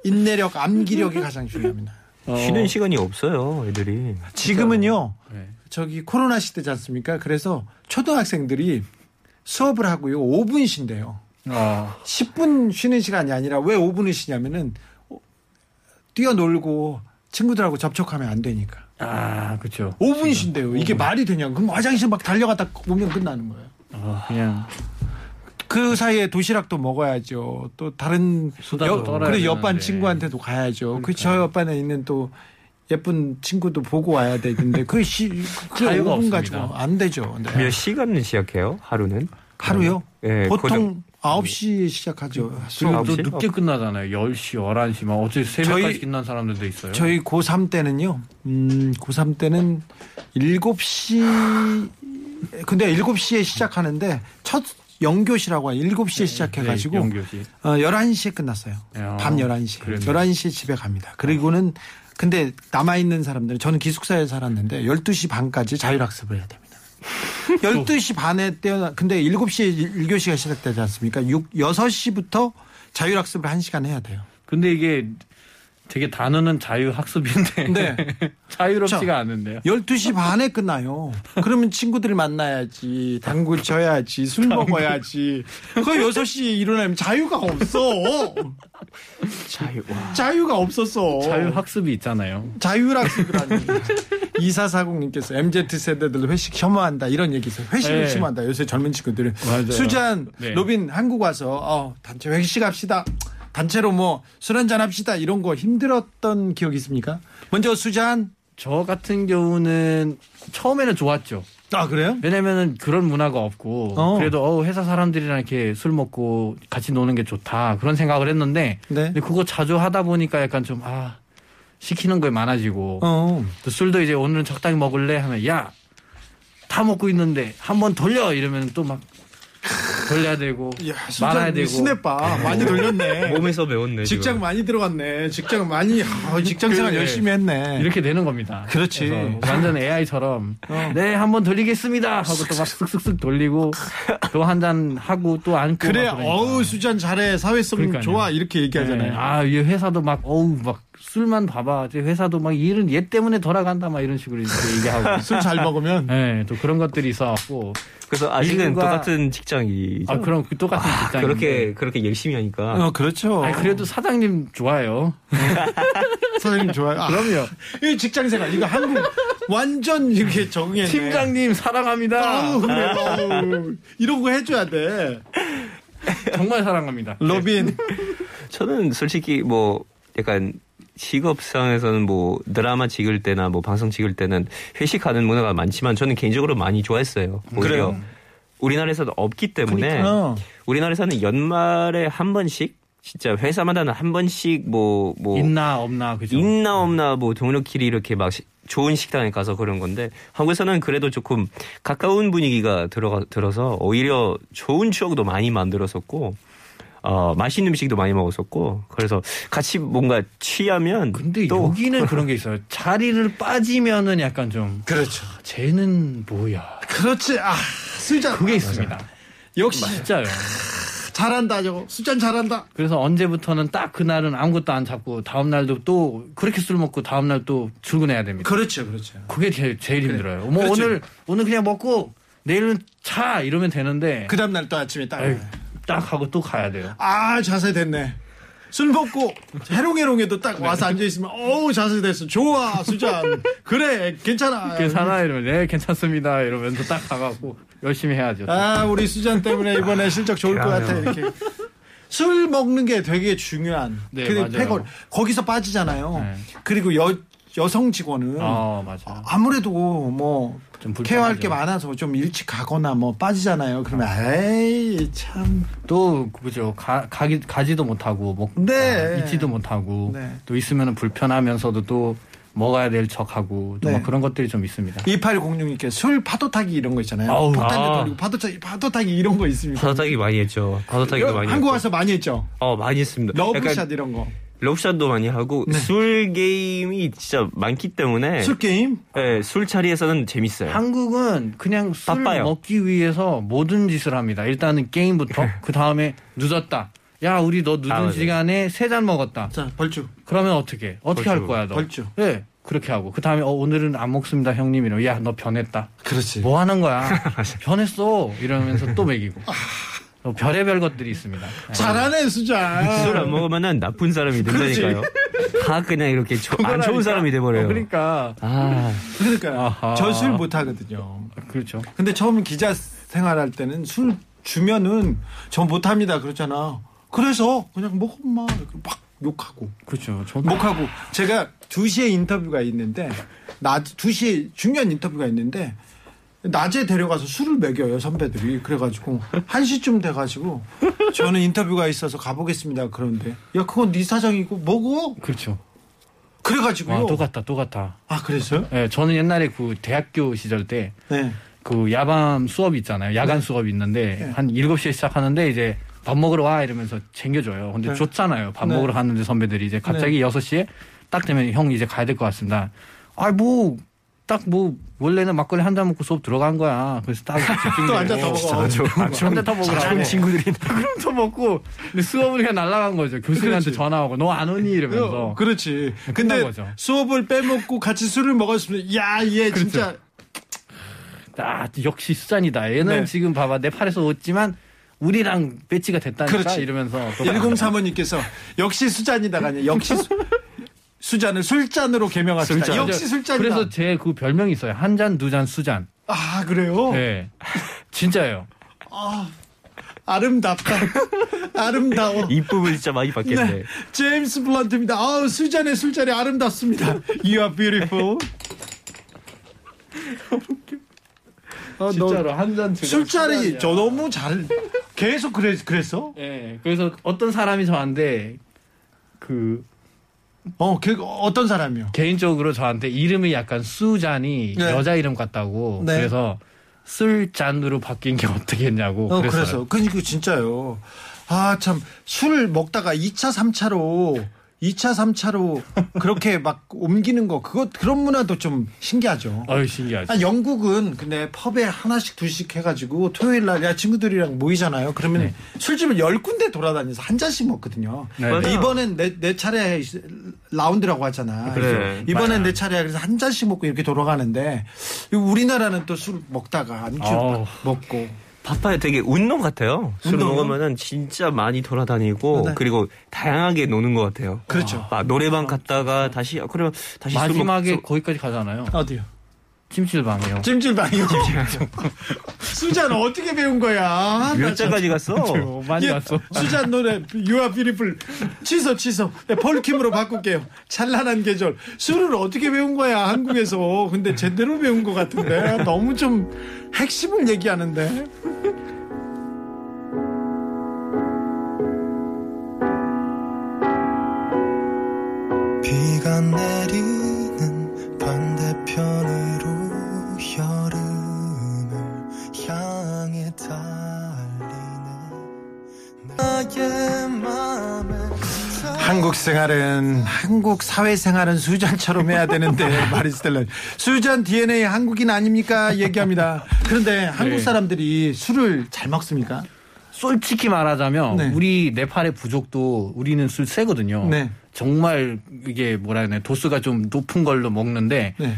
Speaker 4: 인내력, 암기력이 가장 [LAUGHS] 중요합니다.
Speaker 8: 쉬는 시간이 없어요, 애들이.
Speaker 4: 지금은요
Speaker 7: 네.
Speaker 4: 저기 코로나 시대지 않습니까? 그래서 초등학생들이 수업을 하고요 5분 쉰대요.
Speaker 7: 아,
Speaker 4: 10분 쉬는 시간이 아니라 왜 5분을 쉬냐면은 어, 뛰어놀고 친구들하고 접촉하면 안 되니까.
Speaker 7: 아 그렇죠.
Speaker 4: 5분 쉰대요. 이게 말이 되냐고. 그럼 화장실 막 달려갔다 오면 끝나는 거예요.
Speaker 7: 아, 그냥
Speaker 4: 그 사이에 도시락도 먹어야죠. 또 다른
Speaker 7: 수다도 떨어야
Speaker 4: 그리고 옆반
Speaker 7: 되는데. 그러니까.
Speaker 4: 친구한테도 가야죠. 그 저 옆반에 있는 또 예쁜 친구도 보고 와야 되는데 그
Speaker 7: [LAUGHS]
Speaker 4: 시, 그
Speaker 7: 자유가
Speaker 4: 5분
Speaker 7: 없습니다.
Speaker 4: 가지고 안 되죠. 네.
Speaker 8: 몇 시간을 시작해요? 하루는?
Speaker 4: 하루요?
Speaker 8: 예,
Speaker 4: 보통 9시에 시작하죠.
Speaker 7: 음.
Speaker 4: 수업.
Speaker 7: 그리고 또
Speaker 8: 9시?
Speaker 7: 늦게 끝나잖아요. 10시, 11시 막 어째 새벽까지
Speaker 4: 저희-
Speaker 7: 끝난 사람들도 있어요.
Speaker 4: 저희 고3 때는요. 음, 고3 때는 7시 근데 7시에 시작하는데 첫 영교시라고 해요. 7시에 시작해 가지고
Speaker 7: 네, 영교시.
Speaker 4: 어, 11시에 끝났어요.
Speaker 7: 야,
Speaker 4: 밤 11시.
Speaker 7: 그래요?
Speaker 4: 11시에 집에 갑니다. 그리고는 근데 남아 있는 사람들은 저는 기숙사에 살았는데 12시 반까지 자율학습을 해야
Speaker 7: [LAUGHS]
Speaker 4: 됩니다. 12시 반에 떼어나 근데 7시에 1교시가 시작되지 않습니까? 6 6시부터 자율학습을 1시간 해야 돼요.
Speaker 7: 근데 이게 되게 단어는 자유학습인데
Speaker 4: 네. 그쵸.
Speaker 7: [LAUGHS] 자유롭지가 않은데요.
Speaker 4: 12시 반에 끝나요. 그러면 친구들 만나야지, 당구 쳐야지, 술 먹어야지. 거의 6시에 일어나면 자유가 없어.
Speaker 8: 자유. 와.
Speaker 4: 자유가 없었어.
Speaker 7: 자율학습이 있잖아요.
Speaker 4: 자유학습이라니. 2440님께서 MZ세대들 회식 혐오한다 이런 얘기있어요 회식을
Speaker 7: 네.
Speaker 4: 심한다. 요새 젊은 친구들은.
Speaker 7: 맞아요.
Speaker 4: 수잔,
Speaker 7: 네.
Speaker 4: 로빈 한국 와서 어, 단체 회식합시다. 단체로 뭐 술 한잔 합시다. 이런 거 힘들었던 기억이 있습니까? 먼저 수잔.
Speaker 7: 저 같은 경우는 처음에는 좋았죠.
Speaker 4: 아, 그래요?
Speaker 7: 왜냐면은 그런 문화가 없고
Speaker 4: 어.
Speaker 7: 그래도 어 회사 사람들이랑 이렇게 술 먹고 같이 노는 게 좋다 그런 생각을 했는데
Speaker 4: 네.
Speaker 7: 근데 그거 자주 하다 보니까 약간 좀 아 시키는 거에 많아지고
Speaker 4: 어.
Speaker 7: 또 술도 이제 오늘은 적당히 먹을래 하면 야 다 먹고 있는데 한 번 돌려 이러면 또 막 돌려야 되고
Speaker 4: [LAUGHS] 야,
Speaker 7: 말아야
Speaker 4: 수잔
Speaker 7: 되고
Speaker 4: 스냅바 많이
Speaker 7: [LAUGHS]
Speaker 4: 돌렸네.
Speaker 8: 몸에서 배웠네. 지금.
Speaker 4: 직장 많이 들어갔네. 직장 많이 아, 직장 생활
Speaker 7: 그래.
Speaker 4: 열심히 했네.
Speaker 7: 이렇게 되는 겁니다.
Speaker 4: 그렇지. 어.
Speaker 7: 그래서 완전
Speaker 4: [LAUGHS]
Speaker 7: AI처럼 네 한 번 돌리겠습니다 하고 또 막 쓱쓱쓱 돌리고 또 한 잔 하고 또 안고
Speaker 4: 그래
Speaker 7: 막 그러니까.
Speaker 4: 어우 수잔 잘해 사회성
Speaker 7: 그러니까요.
Speaker 4: 좋아 이렇게 얘기하잖아요.
Speaker 7: 네. 아, 이 회사도 막, 어우, 막, 술만 봐봐. 이제 회사도 막, 이 일은 얘 때문에 돌아간다. 막 이런 식으로 이제
Speaker 4: [LAUGHS]
Speaker 7: 얘기하고.
Speaker 4: 술 잘 먹으면
Speaker 7: 네, 또 그런 것들이 있어갖고.
Speaker 8: 그래서 아직은
Speaker 7: 일과-
Speaker 8: 똑같은 직장이.
Speaker 7: 아, 그럼 그 똑같은 직장.
Speaker 8: 그렇게 그렇게 열심히 하니까.
Speaker 4: 그렇죠.
Speaker 7: 아 그래도 사장님 좋아요.
Speaker 4: 사장님 좋아요. 아,
Speaker 7: 그럼요.
Speaker 4: 이 직장 생활 이거 한국 완전 이렇게 적응했네.
Speaker 7: 팀장님 사랑합니다.
Speaker 4: 아우 그래. 아우. 이런 거 해줘야 돼.
Speaker 7: 정말 사랑합니다.
Speaker 4: 어.
Speaker 7: 네.
Speaker 4: 로빈.
Speaker 8: 저는 솔직히 뭐 약간 직업상에서는 뭐 드라마 찍을 때나 뭐 방송 찍을 때는 회식하는 문화가 많지만 저는 개인적으로 많이 좋아했어요. 오히려
Speaker 4: 그래요?
Speaker 8: 우리나라에서는 없기 때문에
Speaker 4: 어.
Speaker 8: 우리나라에서는 연말에 한 번씩 진짜 회사마다는 한 번씩 뭐뭐
Speaker 7: 있나 없나 그죠?
Speaker 8: 있나 없나 뭐 동료끼리 이렇게 막 시- 좋은 식당에 가서 그런 건데 한국에서는 그래도 조금 가까운 분위기가 들어가 들어서 오히려 좋은 추억도 많이 만들었었고 어 맛있는 음식도 많이 먹었었고 그래서 같이 뭔가 취하면
Speaker 7: 근데
Speaker 8: 또
Speaker 7: 여기는 그런 게 있어요. 자리를 빠지면은 약간 좀
Speaker 4: 그렇죠.
Speaker 7: 아, 쟤는 뭐야?
Speaker 4: 그렇지. 아 수잔
Speaker 7: 그게 있습니다.
Speaker 4: 역시
Speaker 7: 진짜요.
Speaker 4: 잘한다 저거. 수잔 잘한다.
Speaker 7: 그래서 언제부터는 딱 그날은 아무것도 안 잡고 다음 날도 또 그렇게 술 먹고 다음 날 또 출근해야 됩니다.
Speaker 4: 그렇죠, 그렇죠.
Speaker 7: 그게 제일, 제일 힘들어요. 뭐
Speaker 4: 그렇죠.
Speaker 7: 오늘 오늘 그냥 먹고 내일은 차 이러면 되는데
Speaker 4: 그 다음 날 또 아침에 딱.
Speaker 7: 아유, 딱 하고 또 가야 돼요.
Speaker 4: 아 자세 됐네. 술 먹고 해롱해롱해도 딱
Speaker 7: 네.
Speaker 4: 와서 앉아 있으면 어우 자세 됐어 좋아 수잔 그래 괜찮아
Speaker 7: 괜찮아 이러면 네 괜찮습니다 이러면서 딱 가갖고 열심히 해야죠.
Speaker 4: 아 우리 수잔 때문에 이번에 실적 좋을 것 같아 이렇게 술 먹는 게 되게 중요한
Speaker 7: 네,
Speaker 4: 근데
Speaker 7: 맞아요.
Speaker 4: 패걸 거기서 빠지잖아요
Speaker 7: 네.
Speaker 4: 그리고 여 여성 직원은
Speaker 7: 어 맞아.
Speaker 4: 아무래도 뭐
Speaker 7: 좀 불편하죠.
Speaker 4: 케어할 게 많아서 좀 일찍 가거나 뭐 빠지잖아요 그러면 에이 참
Speaker 7: 또 그죠 가 가기 가지도 못하고 먹
Speaker 4: 네.
Speaker 7: 있지도 못하고
Speaker 4: 네.
Speaker 7: 또 있으면 불편하면서도 또 먹어야 될 척하고 또
Speaker 4: 네.
Speaker 7: 막 그런 것들이 좀 있습니다.
Speaker 4: 2806님께 술 파도 타기 이런 거 있잖아요.
Speaker 7: 아우.
Speaker 4: 폭탄도
Speaker 8: 아.
Speaker 4: 돌리고 파도 타기, 파도 타기 이런 거 있습니다.
Speaker 8: 바다타기 많이 했죠. 바다타기도 많이
Speaker 4: 한국
Speaker 8: 했고.
Speaker 4: 와서 많이 했죠.
Speaker 8: 어 많이 했습니다.
Speaker 4: 러브샷
Speaker 8: 약간
Speaker 4: 이런 거. 네.
Speaker 8: 러브샷도 많이 하고 술 게임이 진짜 많기 때문에
Speaker 4: 술 게임?
Speaker 8: 예, 술 자리에서는 재밌어요.
Speaker 7: 한국은 그냥 술
Speaker 8: 바빠요.
Speaker 7: 먹기 위해서 모든 짓을 합니다. 일단은 게임부터
Speaker 8: 네.
Speaker 7: 그 다음에 늦었다. 야 우리 너 늦은
Speaker 8: 아, 맞아요.
Speaker 7: 시간에 세 잔 먹었다.
Speaker 4: 자, 벌주.
Speaker 7: 그러면 어떻게 어떻게 할
Speaker 8: 벌주,
Speaker 7: 거야 너?
Speaker 4: 벌주.
Speaker 7: 예 그렇게 하고 그 다음에 오늘은 안 먹습니다 형님 이러. 야너 변했다.
Speaker 4: 그렇지.
Speaker 7: 뭐 하는
Speaker 8: [LAUGHS]
Speaker 7: 거야? 변했어 이러면서 또 먹이고.
Speaker 8: 아.
Speaker 7: 또 별의별 것들이 있습니다. 예.
Speaker 4: 잘하네,
Speaker 8: [LAUGHS] 술
Speaker 4: 수잔.
Speaker 8: 안 먹으면은 나쁜 사람이 된다니까요. 다 그냥 이렇게 조- 안 좋은 사람이 돼버려요.
Speaker 7: 어, 그러니까
Speaker 8: 아,
Speaker 4: 그러니까
Speaker 7: 아하.
Speaker 4: 저 술 못 하거든요.
Speaker 7: 그렇죠.
Speaker 4: 근데 처음 기자 생활할 때는 술 주면은 전 못 합니다. 그렇잖아. 그래서 그냥 먹어 마. 이렇게 막 욕하고.
Speaker 7: 그렇죠. 저도
Speaker 8: 뭐
Speaker 4: 목하고 제가 2시에 인터뷰가 있는데 낮 2시에 중요한 인터뷰가 있는데 낮에 데려가서 술을 먹여요 선배들이 그래가지고 1시쯤 돼가지고 저는 인터뷰가 있어서 가보겠습니다 그런데 야 그건 네 사장이고 뭐고
Speaker 7: 그렇죠.
Speaker 4: 그래가지고요
Speaker 7: 아, 또 같다, 또 같다.
Speaker 4: 아, 그랬어요?
Speaker 7: 예, 저는 옛날에 그 대학교 시절 때
Speaker 4: 네
Speaker 7: 그 야밤 수업 있잖아요. 야간 수업이 있는데 한 7시에 시작하는데 이제 밥 먹으러 와 이러면서 챙겨줘요. 근데
Speaker 4: 네.
Speaker 7: 좋잖아요. 밥
Speaker 4: 네.
Speaker 7: 먹으러 갔는데 선배들이 이제 갑자기 여 6시에 딱 되면 형 이제 가야 될 것 같습니다. 아, 뭐, 딱 뭐, 원래는 막걸리 한 잔 먹고 수업 들어간 거야. 그래서 딱
Speaker 4: [LAUGHS] 또 앉아 더 먹어
Speaker 7: 한잔더 먹으라고. [LAUGHS] 친구들이. 그럼 더 먹고. 근데 수업은 그냥 날아간 거죠. 교수님한테
Speaker 4: 그렇지. 어,
Speaker 7: 전화하고 너 안 오니? 이러면서.
Speaker 4: 그렇지 근데
Speaker 7: 끝난 거죠. 그렇죠.
Speaker 4: 수업을 빼먹고 같이 술을 먹었으면 야얘 진짜
Speaker 7: 아, 역시 수잔이다. 얘는
Speaker 4: 네.
Speaker 7: 지금 봐봐. 내 팔에서 웃지만 우리랑 배치가 됐다니까
Speaker 4: 그렇지.
Speaker 7: 이러면서 또
Speaker 4: 1035님께서 역시 수잔이다가 아니 역시 수, 수잔을 술잔으로 개명합시다.
Speaker 7: 술잔.
Speaker 4: 역시 술잔이다.
Speaker 7: 그래서 제 그 별명이 있어요. 한 잔, 두 잔, 수잔.
Speaker 4: 아 그래요?
Speaker 7: 네. 진짜예요. [LAUGHS]
Speaker 4: 아름답다. 아름다워.
Speaker 8: 입부분 진짜 많이 바뀌었네.
Speaker 4: 네. 제임스 블런트입니다. 아우 수잔의 술자리 아름답습니다. [LAUGHS] You are beautiful. 아, 너
Speaker 7: 진짜로 한 잔, 두 잔.
Speaker 4: 술자리 저 너무 잘 계속 그래 그랬어?
Speaker 7: 예. 그래서 어떤 사람이 저한테 그
Speaker 4: 어, 그 어떤 사람이요?
Speaker 7: 개인적으로 저한테 이름이 약간 수잔이
Speaker 4: 네.
Speaker 7: 여자 이름 같다고
Speaker 4: 네.
Speaker 7: 그래서 술잔으로 바뀐 게 어떻겠냐고
Speaker 4: 어, 그래서
Speaker 7: 그랬어요.
Speaker 4: 그니까 진짜요. 아, 참. 술 먹다가 2차, 3차로 2차, 3차로 그렇게 막 옮기는 거 그거 그런 문화도 좀 신기하죠.
Speaker 7: 어유 신기하죠.
Speaker 4: 아, 영국은 근데 펍에 하나씩 둘씩 해가지고 토요일 날 야 친구들이랑 모이잖아요. 그러면
Speaker 7: 네.
Speaker 4: 술집을 열 군데 돌아다니면서 한 잔씩 먹거든요.
Speaker 7: 네.
Speaker 4: 근데
Speaker 8: 맞아요.
Speaker 4: 이번엔 내, 내 차례 라운드라고 하잖아.
Speaker 8: 그래.
Speaker 4: 그래서 이번엔
Speaker 7: 맞아.
Speaker 4: 내 차례야. 그래서 한 잔씩 먹고 이렇게 돌아가는데 우리나라는 또 술 먹다가 안주
Speaker 7: 어우.
Speaker 4: 먹고
Speaker 8: 바빠요. 되게 운동 같아요. 술
Speaker 4: 운동?
Speaker 8: 먹으면은 진짜 많이 돌아다니고
Speaker 4: 네.
Speaker 8: 그리고 다양하게 노는 것 같아요.
Speaker 4: 그렇죠.
Speaker 8: 아, 노래방 갔다가 다시 아, 그러면 다시 술
Speaker 7: 마지막에
Speaker 8: 먹-
Speaker 7: 거기까지 가잖아요.
Speaker 4: 어디요?
Speaker 7: 찜질방이요.
Speaker 4: 찜질방이요. [LAUGHS] 수잔 어떻게 배운 거야?
Speaker 8: 몇 자까지 갔어?
Speaker 7: 어, 많이
Speaker 4: 예,
Speaker 7: 갔어.
Speaker 4: 수잔 노래 유아 비리풀 취소 취소 네, 폴킴으로 바꿀게요. 찬란한 계절 술을 어떻게 배운 거야 한국에서 근데 제대로 배운 것 같은데 너무 좀 핵심을 얘기하는데
Speaker 9: 비가 내리는 반대편으로 여름을 향해 달리네 나의 맘에
Speaker 4: 한국 생활은 한국 사회 생활은 수잔처럼 해야 [LAUGHS] 되는데 마리스텔라 수잔 DNA 한국인 아닙니까 얘기합니다. 그런데 한국 사람들이 술을 잘 먹습니까?
Speaker 7: 솔직히 말하자면
Speaker 4: 네.
Speaker 7: 우리 네팔의 부족도 우리는 술 세거든요.
Speaker 4: 네.
Speaker 7: 정말 이게 뭐라 해야 되나 도수가 좀 높은 걸로 먹는데
Speaker 4: 네.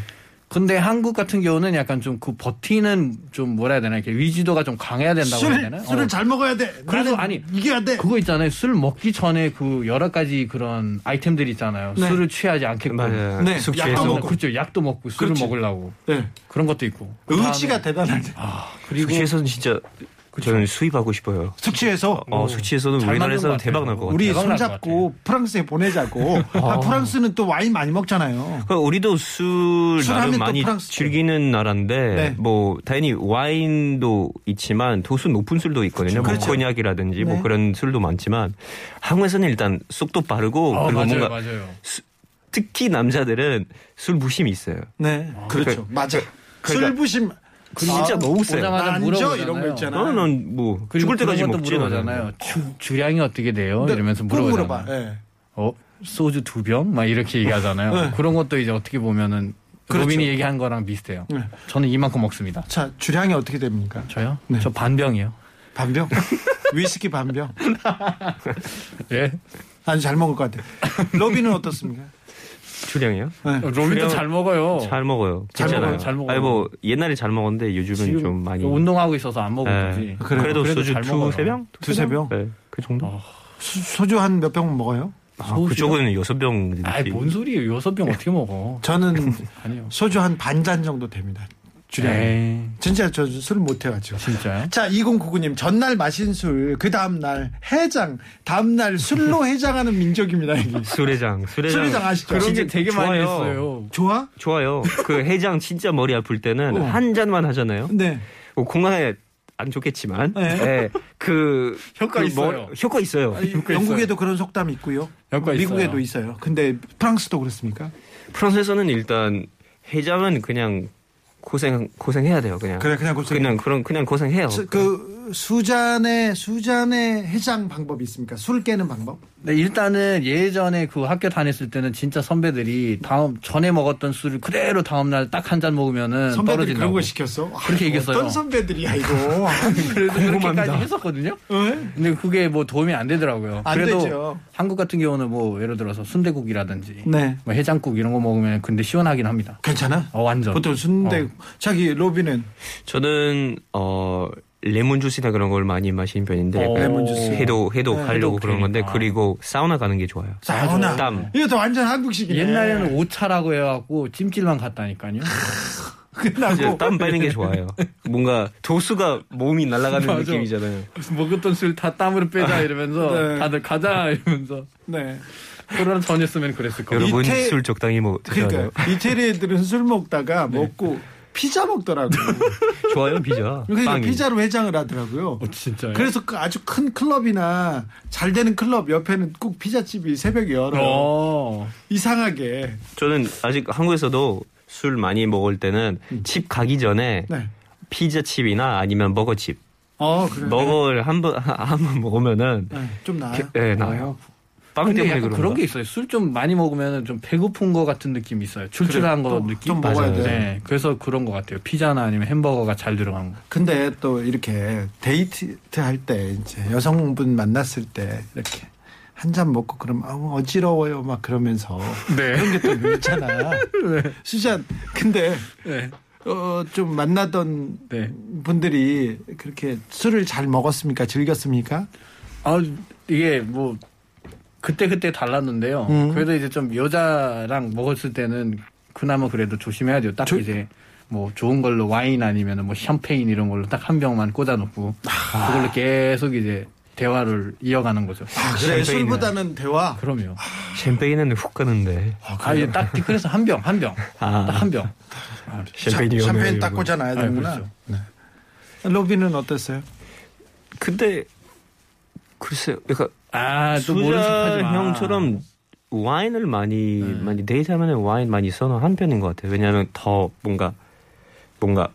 Speaker 7: 근데 한국 같은 경우는 약간 좀 그 버티는 좀 뭐라 해야 되나 이렇게 위지도가 좀 강해야 된다고 해야
Speaker 4: 술을
Speaker 7: 되나?
Speaker 4: 술을
Speaker 7: 어.
Speaker 4: 잘 먹어야 돼.
Speaker 7: 그래도
Speaker 4: 나는
Speaker 7: 아니,
Speaker 4: 이겨야 돼.
Speaker 7: 그거 있잖아요. 술 먹기 전에 그 여러 가지 그런 아이템들이 있잖아요.
Speaker 4: 네.
Speaker 7: 술을 취하지 않게끔
Speaker 8: 맞아요.
Speaker 4: 네, 약도
Speaker 8: 숙취해서
Speaker 4: 먹고.
Speaker 7: 그렇죠. 약도 먹고 술을
Speaker 4: 그렇지.
Speaker 7: 먹으려고
Speaker 4: 네.
Speaker 7: 그런 것도 있고.
Speaker 4: 의지가 대단하네.
Speaker 7: 그리고 그렇죠.
Speaker 8: 숙취해서는 진짜 저는 수입하고 싶어요.
Speaker 4: 숙취해서
Speaker 8: 어, 숙취해서는
Speaker 7: 잘 만든 것
Speaker 8: 우리나라에서는
Speaker 7: 같아요.
Speaker 8: 대박 날 것 같아요.
Speaker 4: 우리
Speaker 7: 대박 날것
Speaker 4: 손잡고 프랑스에 보내자고. 아, 프랑스는 또 와인 많이 먹잖아요.
Speaker 8: 그러니까 우리도 술
Speaker 4: 술 하면 또
Speaker 8: 나름 많이
Speaker 4: 프랑스.
Speaker 8: 즐기는 나라인데
Speaker 4: 네.
Speaker 8: 뭐 당연히 와인도 있지만 도수 높은 술도 있거든요. 뭐
Speaker 4: 그렇죠.
Speaker 8: 코냑이라든지
Speaker 4: 네.
Speaker 8: 뭐 그런 술도 많지만 한국에서는 일단 속도 빠르고
Speaker 7: 어,
Speaker 8: 그리고
Speaker 7: 맞아요,
Speaker 8: 뭔가
Speaker 7: 맞아요.
Speaker 8: 특히 남자들은 술 부심이 있어요.
Speaker 4: 네. 그렇죠. 맞아. 술부심. 아,
Speaker 8: 진짜 너무 세요.
Speaker 7: 아, 오자마자
Speaker 4: 난저 이런 거
Speaker 7: 물어보잖아요.
Speaker 4: 있잖아.
Speaker 8: 나는 뭐
Speaker 7: 그리고
Speaker 8: 죽을 때까지
Speaker 7: 그런 것도
Speaker 8: 먹지
Speaker 7: 물어보잖아요. 주, 주량이 어떻게 돼요?
Speaker 4: 근데
Speaker 7: 이러면서
Speaker 4: 그거
Speaker 7: 물어보잖아요.
Speaker 4: 네, 물어봐. 예.
Speaker 7: 어 소주 두 병 막 이렇게 얘기하잖아요.
Speaker 4: 네.
Speaker 7: 그런 것도 이제 어떻게 보면은
Speaker 4: 그렇죠.
Speaker 7: 로빈이 얘기한 거랑 비슷해요.
Speaker 4: 네.
Speaker 7: 저는 이만큼 먹습니다.
Speaker 4: 자, 주량이 어떻게 됩니까?
Speaker 7: 저요?
Speaker 4: 네.
Speaker 7: 저 반병이요.
Speaker 4: 반병? 위스키 반병?
Speaker 7: 예.
Speaker 4: 아주 잘 먹을 것 같아요. 로비는 어떻습니까?
Speaker 8: 주량이요?
Speaker 4: 네.
Speaker 7: 로빈도
Speaker 8: 그래요.
Speaker 7: 잘 먹어요.
Speaker 8: 잘 먹어요.
Speaker 7: 잘
Speaker 8: 괜찮아요.
Speaker 7: 먹어요, 잘 먹어요.
Speaker 8: 아니 뭐 옛날에 잘 먹었는데 요즘은 좀 많이.
Speaker 7: 운동하고 있어서 안
Speaker 4: 네.
Speaker 8: 예.
Speaker 7: 먹었지.
Speaker 4: 그래요.
Speaker 8: 그래도,
Speaker 7: 그래도
Speaker 8: 소주
Speaker 7: 잘 먹어요.
Speaker 8: 두세 병?
Speaker 4: 두세 병?
Speaker 8: 네, 그
Speaker 7: 아.
Speaker 8: 정도.
Speaker 4: 수- 소주 한 몇 병 먹어요?
Speaker 8: 아, 그쪽은 여섯 병.
Speaker 7: 아이 뭔 소리예요? 여섯 병 어떻게 먹어?
Speaker 4: 저는
Speaker 7: 아니요.
Speaker 4: 소주 한 반 잔 정도 됩니다. 주량이.
Speaker 7: 에이,
Speaker 4: 진짜 저 술 못 해가지고.
Speaker 7: 진짜요?
Speaker 4: 자, 2099님, 전날 마신 술, 그 다음날 해장, 다음날
Speaker 7: [LAUGHS]
Speaker 4: 술로 해장하는 민족입니다, 이게.
Speaker 8: 수레장, 수레장.
Speaker 4: 술회장 아시죠?
Speaker 7: 그런 게
Speaker 8: 진짜
Speaker 7: 되게 많이
Speaker 8: 좋아요.
Speaker 7: 있어요.
Speaker 4: 좋아?
Speaker 8: 좋아요. 그 해장 진짜 머리 아플 때는
Speaker 4: 어.
Speaker 8: 한 잔만 하잖아요.
Speaker 4: 네.
Speaker 8: 뭐 건강에 안 좋겠지만,
Speaker 4: 네.
Speaker 8: 예, 그
Speaker 7: 효과
Speaker 8: 그
Speaker 7: 있어요.
Speaker 8: 뭐- 효과 있어요.
Speaker 4: 영국에도 그런 속담이 있고요.
Speaker 7: 효과 있어요.
Speaker 4: 미국에도 있어요. 근데 프랑스도 그렇습니까?
Speaker 8: 프랑스에서는 일단 해장은 그냥 고생 고생해야 돼요. 그냥
Speaker 4: 그래, 그냥 고생해.
Speaker 8: 그냥 그런
Speaker 7: 아,
Speaker 8: 그냥 고생해요.
Speaker 4: 수- 그 수잔의 수잔의 해장 방법이 있습니까? 술 깨는 방법?
Speaker 7: 네, 일단은 예전에 그 학교 다녔을 때는 진짜 선배들이 다음 전에 먹었던 술을 그대로 다음 날 딱 한 잔 먹으면은
Speaker 4: 선배들이
Speaker 7: 네, 떨어진다고.
Speaker 4: 그런 거 시켰어? 아,
Speaker 7: 그렇게 얘기했어요.
Speaker 4: 어떤 선배들이야
Speaker 7: [LAUGHS]
Speaker 4: 이거?
Speaker 7: 그래서 그렇게까지
Speaker 4: 궁금합니다.
Speaker 7: 했었거든요.
Speaker 4: 응?
Speaker 7: 근데 그게 뭐 도움이 안 되더라고요.
Speaker 4: 안
Speaker 7: 그래도
Speaker 4: 되죠.
Speaker 7: 한국 같은 경우는 뭐 예를 들어서 순대국이라든지
Speaker 4: 네.
Speaker 7: 뭐 해장국 이런 거 먹으면 근데 시원하긴 합니다.
Speaker 4: 괜찮아?
Speaker 7: 어, 완전.
Speaker 4: 보통 순대
Speaker 7: 어.
Speaker 4: 자기 로비는
Speaker 8: 저는 어 레몬 주스나 그런 걸 많이 마시는 편인데
Speaker 7: 어.
Speaker 8: 약간
Speaker 7: 레몬 주스.
Speaker 8: 해독 해독 하려고 그런 건데
Speaker 7: 아.
Speaker 8: 그리고 사우나 가는 게 좋아요.
Speaker 4: 사우나.
Speaker 8: 땀.
Speaker 4: 이거 다 완전 한국식이네. [LAUGHS]
Speaker 7: 옛날에는 오차라고 해갖고 찜질방 갔다니까요.
Speaker 8: 이제
Speaker 4: 끝나고
Speaker 8: 땀 빼는 게 좋아요. 뭔가 도수가 몸이 날아가는
Speaker 7: 맞아.
Speaker 8: 느낌이잖아요.
Speaker 7: [LAUGHS] 먹었던 술 다 땀으로 빼자 이러면서
Speaker 4: 네.
Speaker 7: 다들 가자 이러면서
Speaker 4: 네.
Speaker 7: 코로나 전에 쓰면 그랬을 거예요.
Speaker 8: 여러분
Speaker 4: 이태-
Speaker 8: 술 적당히 먹 드셔요.
Speaker 4: 그러니까 이태리 애들은 술 먹다가 먹고 피자 먹더라고.
Speaker 8: 좋아요 피자.
Speaker 4: 그러니까
Speaker 8: 빵이.
Speaker 4: 피자로 회장을 하더라고요.
Speaker 7: 어, 진짜요?
Speaker 4: 그래서 그 아주 큰 클럽이나 잘 되는 클럽 옆에는 꼭 피자집이 새벽에 열어. 요
Speaker 7: 어.
Speaker 4: 이상하게.
Speaker 8: 저는 아직 한국에서도 술 많이 먹을 때는 집 가기 전에
Speaker 4: 네.
Speaker 8: 피자집이나 아니면 버거집.
Speaker 4: 어, 그래.
Speaker 8: 버거를 한번 한번 먹으면은
Speaker 4: 네, 좀 나아요.
Speaker 8: 예, 네, 나요. 빵
Speaker 7: 근데
Speaker 8: 때문에
Speaker 7: 약간
Speaker 8: 그런가?
Speaker 7: 그런 게 있어요. 술 좀 많이 먹으면 좀 배고픈 거 같은 느낌이 있어요. 출출한 거
Speaker 4: 또
Speaker 7: 느낌.
Speaker 4: 좀 먹어야
Speaker 8: 맞아요.
Speaker 4: 돼.
Speaker 7: 네, 그래서 그런 것 같아요. 피자나 아니면 햄버거가 잘 들어간 거.
Speaker 4: 근데 또 이렇게 데이트 할 때 이제 여성분 만났을 때 이렇게 한 잔 먹고 그러면 아우 어지러워요 막 그러면서
Speaker 7: 네.
Speaker 4: 그런 게 또 있잖아. 수잔 근데
Speaker 7: 네.
Speaker 4: 어, 좀 만나던
Speaker 7: 네.
Speaker 4: 분들이 그렇게 술을 잘 먹었습니까? 즐겼습니까?
Speaker 7: 아 이게 뭐 그때 그때 달랐는데요.
Speaker 4: 음.
Speaker 7: 그래도 이제 좀 여자랑 먹었을 때는 그나마 그래도 조심해야 돼요. 딱
Speaker 4: 조-
Speaker 7: 이제 뭐 좋은 걸로 와인 아니면 뭐 샴페인 이런 걸로 딱 한 병만 꽂아놓고 그걸로 계속 이제 대화를 이어가는 거죠.
Speaker 4: 아, 그래.
Speaker 8: 샴페인은-
Speaker 4: 술보다는 대화.
Speaker 7: 그럼요.
Speaker 8: 샴페인은 훅 가는데.
Speaker 7: 아, 이제 딱 그래서 한 병, 한 병,
Speaker 8: 아.
Speaker 7: 딱 한 병.
Speaker 8: 샴페인이
Speaker 4: 샴- 샴페인
Speaker 8: 오면
Speaker 4: 딱 꽂아놔야
Speaker 7: 아,
Speaker 4: 되는구나.
Speaker 7: 그렇죠.
Speaker 4: 네. 로비는 어땠어요?
Speaker 8: 근데 글쎄요. 그러니까
Speaker 7: 아, 또 모른
Speaker 8: 수자
Speaker 7: 척하지 마. 네.
Speaker 8: 형처럼 와인을 많이 많이 데이트하면 와인 많이 써놓은 편인 것 같아요. 왜냐하면 더 뭔가 뭔가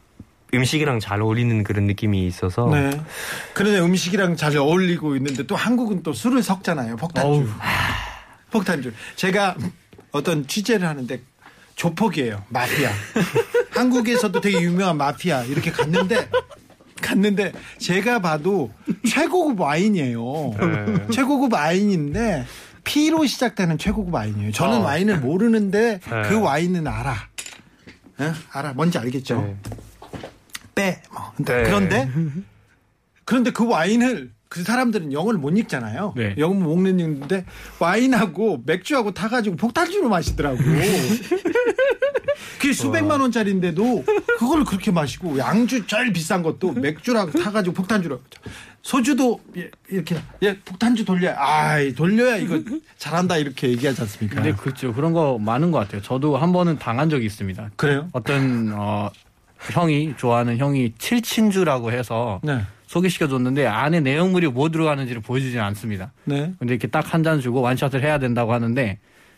Speaker 8: 음식이랑 잘 어울리는 그런 느낌이 있어서
Speaker 4: 네. 그런데 음식이랑 잘 어울리고 있는데 또 한국은 또 술을 섞잖아요. 폭탄주.
Speaker 7: 어우.
Speaker 4: 폭탄주. 제가 어떤 취재를 하는데 조폭이에요.
Speaker 8: [LAUGHS]
Speaker 4: 마피아. 한국에서도 되게 유명한 마피아. 이렇게 갔는데 갔는데 제가 봐도 최고급 와인이에요.
Speaker 8: 네.
Speaker 4: 최고급 와인인데 피로 시작되는 최고급 와인이에요. 저는
Speaker 8: 어.
Speaker 4: 와인을 모르는데
Speaker 8: 네.
Speaker 4: 그 와인은 알아. 응? 알아. 뭔지 알겠죠?
Speaker 8: 네.
Speaker 4: 빼. 뭐. 근데
Speaker 8: 네.
Speaker 4: 그런데 그런데 그 와인을 그 사람들은 영어를 못 읽잖아요.
Speaker 7: 네.
Speaker 4: 영어 못 읽는데 와인하고 맥주하고 타가지고 폭탄주로
Speaker 7: [LAUGHS]
Speaker 4: 마시더라고. 그게 수백만 원짜리인데도 그걸 그렇게 마시고 양주 제일 비싼 것도 맥주랑 타가지고 폭탄주로 소주도 예, 이렇게 예 폭탄주 돌려 아 돌려야 이거 잘한다 이렇게 얘기하지 않습니까?
Speaker 7: 근데 그렇죠. 그런 거 많은 것 같아요. 저도 한 번은 당한 적이 있습니다.
Speaker 4: 그래요?
Speaker 7: 어떤 어, 형이 좋아하는 형이 칠친주라고 해서
Speaker 4: 네.
Speaker 7: 소개시켜줬는데 안에 내용물이 뭐 들어가는지를 보여주지는 않습니다.
Speaker 4: 네.
Speaker 7: 근데 이렇게 딱 한 잔 주고 완샷을 해야 된다고 하는데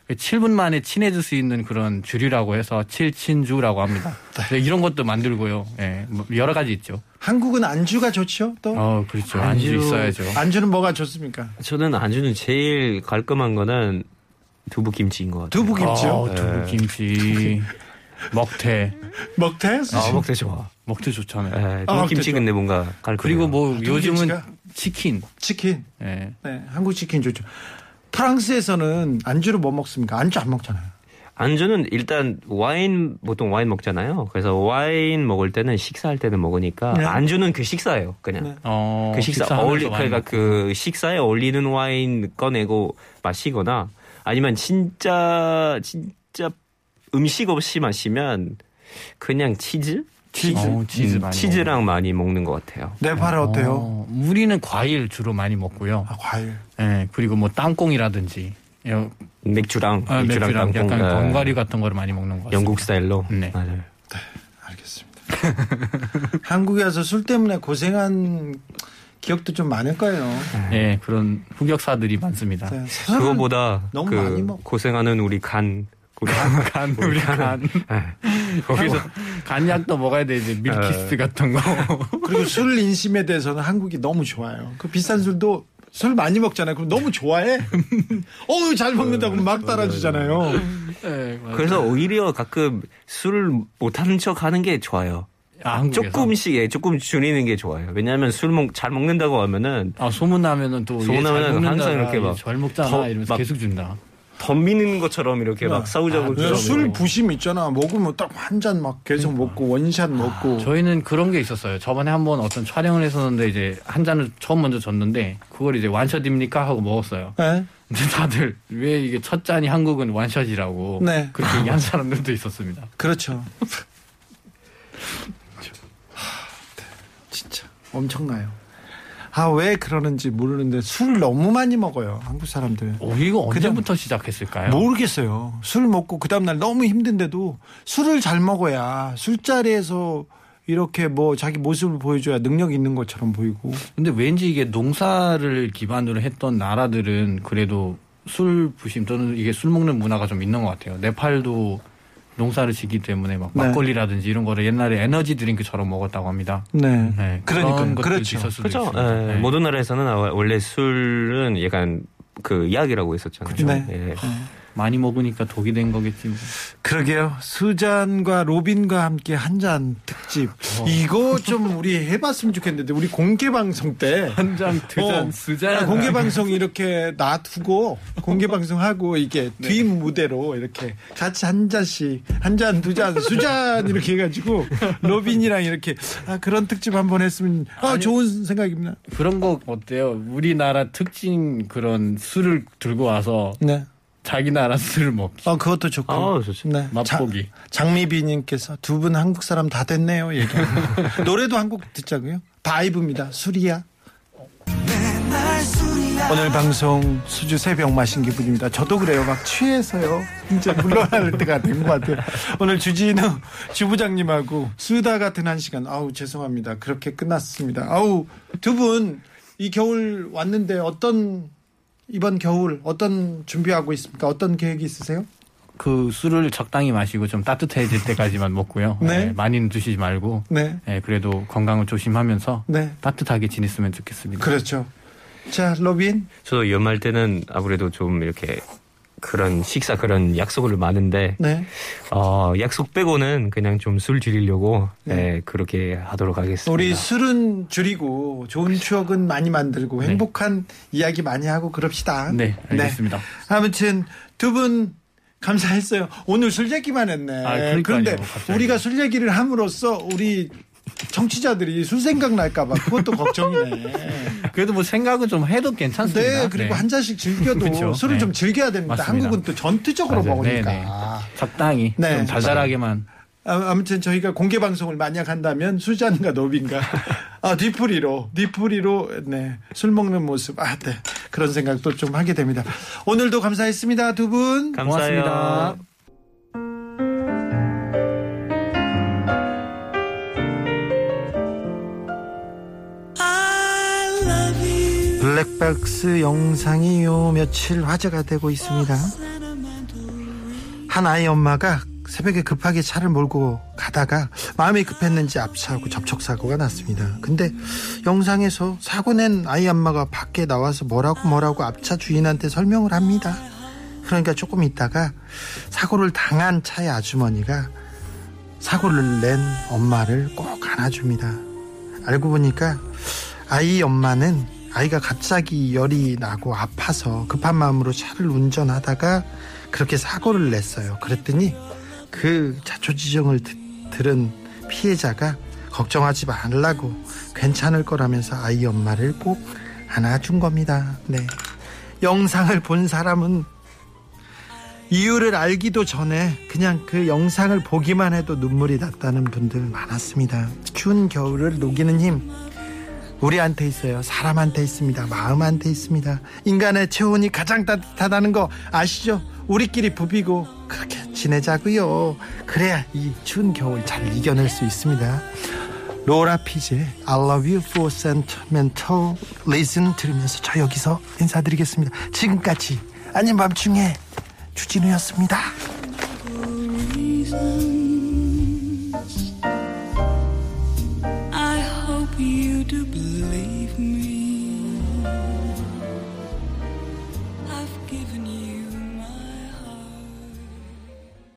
Speaker 7: 7분 만에 친해질 수 있는 그런 주류라고 해서 칠친주라고 [LAUGHS] 합니다. 근데 이런 것도 만들고요. 예, 뭐 여러 가지 있죠.
Speaker 4: 한국은 안주가 좋지요? 또
Speaker 7: 어, 그렇죠. 안주 아,
Speaker 8: 안주-
Speaker 7: 있어야죠.
Speaker 4: 안주는 뭐가 좋습니까?
Speaker 8: 저는 안주는 제일 깔끔한 거는 두부김치인 것 같아요.
Speaker 4: 두부김치요?
Speaker 7: 어, [LAUGHS] 두부김치, 먹태,
Speaker 4: 네. 먹태?
Speaker 8: 아 먹대 좋아.
Speaker 7: 먹태 좋잖아요.
Speaker 8: 네,
Speaker 4: 아, 먹대
Speaker 8: 두부김치 근데 뭔가 깔끔.
Speaker 7: 그리고 뭐 요즘은
Speaker 4: 두부김치가?
Speaker 7: 치킨.
Speaker 4: 치킨.
Speaker 7: 예.
Speaker 4: 네, 한국 치킨 좋죠. 프랑스에서는 안주를 뭐 먹습니까? 안주 안 먹잖아요.
Speaker 8: 안주는 일단 와인 보통 와인 먹잖아요. 그래서 와인 먹을 때는 식사할 때는 먹으니까
Speaker 4: 네.
Speaker 8: 안주는 그 식사예요. 그냥.
Speaker 4: 네.
Speaker 7: 어,
Speaker 8: 그 식사
Speaker 7: 식사하면서
Speaker 8: 어울리
Speaker 7: 많이
Speaker 8: 그러니까 그 식사에 어울리는 와인 꺼내고 마시거나 아니면 진짜 진짜 음식 없이 마시면 그냥 치즈 음,
Speaker 7: 치즈? 어, 치즈 많이
Speaker 8: 치즈랑 많이 먹는 것 같아요.
Speaker 4: 네팔은 어. 때요
Speaker 7: 어, 우리는 과일 주로 많이 먹고요.
Speaker 4: 아, 과일.
Speaker 7: 예, 그리고 뭐 땅콩이라든지 예,
Speaker 8: 맥주랑
Speaker 7: 아, 맥주랑
Speaker 8: 땅콩,
Speaker 7: 약간
Speaker 8: 네.
Speaker 7: 견과류 같은 거를 많이 먹는 것 같아요.
Speaker 8: 영국 스타일로
Speaker 7: 네.
Speaker 8: 맞아요.
Speaker 4: 알겠습니다. [LAUGHS] 한국에 와서 술 때문에 고생한 기억도 좀 많을 거예요.
Speaker 7: 예, 그런 흑역사들이 많습니다.
Speaker 4: 네, 술은
Speaker 8: 그거보다
Speaker 4: 너무
Speaker 8: 그
Speaker 4: 많이 먹고.
Speaker 8: 고생하는 우리 [LAUGHS] 간 우리
Speaker 7: 간 아,
Speaker 8: 뭐
Speaker 7: 우리 간
Speaker 8: 네.
Speaker 7: [LAUGHS] 거기서 간약도 먹어야 돼 이제
Speaker 8: 아,
Speaker 7: 밀키스
Speaker 8: [LAUGHS]
Speaker 7: 같은 거.
Speaker 4: 그리고 술 인심에 대해서는 한국이 너무 좋아요. 그 비싼 술도 술 많이 먹잖아요. 그럼 너무 좋아해. [LAUGHS] 어우, 잘 먹는다고
Speaker 8: 네,
Speaker 4: 막 따라주잖아요.
Speaker 7: 예, 맞아요.
Speaker 8: 그래서 오히려 가끔 술을 못하는 척 하는 게 좋아요.
Speaker 7: 아, 한국에서?
Speaker 8: 조금씩 예, 조금 줄이는 게 좋아요. 왜냐하면 술 잘 먹는다고 하면은
Speaker 7: 아 소문 나면은 또
Speaker 8: 소문
Speaker 7: 얘잘
Speaker 8: 나면은
Speaker 7: 먹는다,
Speaker 8: 항상 이렇게
Speaker 7: 얘
Speaker 8: 막
Speaker 7: 잘 먹잖아
Speaker 8: 더
Speaker 7: 이러면서
Speaker 8: 막-
Speaker 7: 계속 준다.
Speaker 8: 덤비는 것처럼 이렇게 막
Speaker 7: 아,
Speaker 8: 싸우자고
Speaker 9: 네, 술 부심 있잖아. 먹으면 딱 한 잔 막 계속 먹고 원샷 먹고.
Speaker 7: 저희는 그런 게 있었어요. 저번에 한번 어떤 촬영을 했었는데 이제 한 잔을 처음 먼저 줬는데 그걸 이제 완샷입니까 하고 먹었어요.
Speaker 9: 네.
Speaker 7: 근데 다들 왜 이게 첫 잔이 한국은 완샷이라고
Speaker 9: 네.
Speaker 7: 그렇게 얘기한 사람들도 있었습니다.
Speaker 9: 그렇죠. 하, 네, 진짜 엄청나요. 아, 왜 그러는지 모르는데 술 너무 많이 먹어요. 한국 사람들.
Speaker 7: 오, 이거
Speaker 9: 그냥-
Speaker 7: 언제부터 시작했을까요?
Speaker 9: 모르겠어요. 술 먹고 그 다음날 너무 힘든데도 술을 잘 먹어야 술자리에서 이렇게 뭐 자기 모습을 보여줘야 능력 있는 것처럼 보이고.
Speaker 7: 근데 왠지 이게 농사를 기반으로 했던 나라들은 그래도 술 부심 또는 이게 술 먹는 문화가 좀 있는 것 같아요. 네팔도 농사를 짓기 때문에 막
Speaker 9: 네.
Speaker 7: 막걸리라든지 이런 거를 옛날에 에너지 드링크처럼 먹었다고 합니다.
Speaker 9: 네.
Speaker 7: 네,
Speaker 9: 그러니까
Speaker 7: 그런 것들도
Speaker 9: 그렇죠. 뭐
Speaker 7: 있을 수도
Speaker 8: 그죠?
Speaker 7: 있습니다.
Speaker 8: 예,
Speaker 7: 네.
Speaker 8: 모든 나라에서는 아, 원래 술은 약간 그 약이라고 했었잖아요.
Speaker 9: 그죠. 네.
Speaker 8: 예.
Speaker 7: 많이 먹으니까 독이 된 거겠지. 뭐.
Speaker 9: 그러게요. 수잔과 로빈과 함께 한 잔 특집.
Speaker 7: 어.
Speaker 9: 이거 좀 우리 해봤으면 좋겠는데 우리 공개 방송 때.
Speaker 7: 한장
Speaker 9: 어,
Speaker 7: 두잔 쓰자.
Speaker 9: 공개 방송 이렇게 놔두고 공개 방송하고 이게
Speaker 7: [LAUGHS] 네.
Speaker 9: 뒷 무대로 이렇게 같이 한 잔씩 한 잔 두 잔 수잔 이렇게 해가지고 로빈이랑 이렇게 아, 그런 특집 한번 했으면 아, 좋은 생각입니다.
Speaker 7: 그런 거 어때요? 우리나라 특징 그런 술을 들고 와서
Speaker 9: 네.
Speaker 7: 자기 나라 술을 먹기.
Speaker 9: 어 그것도 좋고.
Speaker 8: 아, 좋죠.
Speaker 9: 네.
Speaker 7: 맛보기.
Speaker 9: 자- 장미비님께서 두 분 한국 사람 다 됐네요.
Speaker 7: [LAUGHS]
Speaker 9: 얘기. 노래도 한곡 듣자고요. 바이브입니다. 술이야. 오늘 방송 수주 새벽 마신 기분입니다. 저도 그래요. 막 취해서요. 이제 물러날 [LAUGHS] 때가 된 것 같아요. 오늘 주진우 주부장님하고 수다 같은 한 시간. 아우 죄송합니다. 그렇게 끝났습니다. 아우 두 분 이 겨울 왔는데 어떤 이번 겨울 어떤 준비하고 있습니까? 어떤 계획이 있으세요?
Speaker 7: 그 술을 적당히 마시고 좀 따뜻해질 때까지만 먹고요.
Speaker 9: 네.
Speaker 7: 예, 많이는 드시지 말고.
Speaker 9: 네.
Speaker 7: 예, 그래도 건강을 조심하면서
Speaker 9: 네.
Speaker 7: 따뜻하게 지냈으면 좋겠습니다.
Speaker 9: 그렇죠. 자, 로빈.
Speaker 8: 저도 연말 때는 아무래도 좀 이렇게 그런 식사 그런 약속을 많은데
Speaker 9: 네.
Speaker 8: 어, 약속 빼고는 그냥 좀 술 줄이려고
Speaker 7: 네.
Speaker 8: 예, 그렇게 하도록 하겠습니다.
Speaker 9: 우리 술은 줄이고 좋은 추억은 많이 만들고 행복한 이야기 많이 하고 그럽시다.
Speaker 7: 네, 알겠습니다.
Speaker 9: 아무튼 두 분 감사했어요. 오늘 술 얘기만 했네.
Speaker 7: 아, 그러니까요,
Speaker 9: 그런데
Speaker 7: 갑자기.
Speaker 9: 우리가 술 얘기를 함으로써 우리 청취자들이 술 생각 날까봐 그것도 걱정이네.
Speaker 7: 그래도 뭐 생각은 좀 해도 괜찮습니다.
Speaker 9: 네, 그리고
Speaker 7: 네.
Speaker 9: 한 잔씩 즐겨도
Speaker 7: 그렇죠.
Speaker 9: 술을
Speaker 7: 네.
Speaker 9: 좀 즐겨야 됩니다.
Speaker 7: 맞습니다.
Speaker 9: 한국은 또 전투적으로
Speaker 7: 맞아요.
Speaker 9: 먹으니까.
Speaker 7: 네, 네. 적당히
Speaker 9: 네.
Speaker 7: 좀 달달하게만
Speaker 9: 아, 아무튼 저희가 공개 방송을 만약 한다면 수잔과 [LAUGHS] 노빈과 아, 뒤풀이로 뒤풀이로 네, 술 먹는 모습 아, 네. 그런 생각도 좀 하게 됩니다. 오늘도 감사했습니다. 두 분.
Speaker 8: 감사해요.
Speaker 7: 고맙습니다.
Speaker 9: 블랙박스 영상이 요 며칠 화제가 되고 있습니다. 한 아이 엄마가 새벽에 급하게 차를 몰고 가다가 마음이 급했는지 앞차하고 접촉사고가 났습니다. 근데 영상에서 사고 낸 아이 엄마가 밖에 나와서 뭐라고 뭐라고 앞차 주인한테 설명을 합니다. 그러니까 조금 있다가 사고를 당한 차의 아주머니가 사고를 낸 엄마를 꼭 안아줍니다. 알고 보니까 아이 엄마는 아이가 갑자기 열이 나고 아파서 급한 마음으로 차를 운전하다가 그렇게 사고를 냈어요. 그랬더니 그 자초지종을 드- 들은 피해자가 걱정하지 말라고 괜찮을 거라면서 아이 엄마를 꼭 안아준 겁니다. 네. 영상을 본 사람은 이유를 알기도 전에 그냥 그 영상을 보기만 해도 눈물이 났다는 분들 많았습니다. 추운 겨울을 녹이는 힘 우리한테 있어요. 사람한테 있습니다. 마음한테 있습니다. 인간의 체온이 가장 따뜻하다는 거 아시죠? 우리끼리 부비고 그렇게 지내자고요. 그래야 이 추운 겨울 잘 이겨낼 수 있습니다. 로라 피제 I love you for sentimental reason 들으면서 저 여기서 인사드리겠습니다. 지금까지 아닌 밤중에 주진우였습니다.
Speaker 2: reason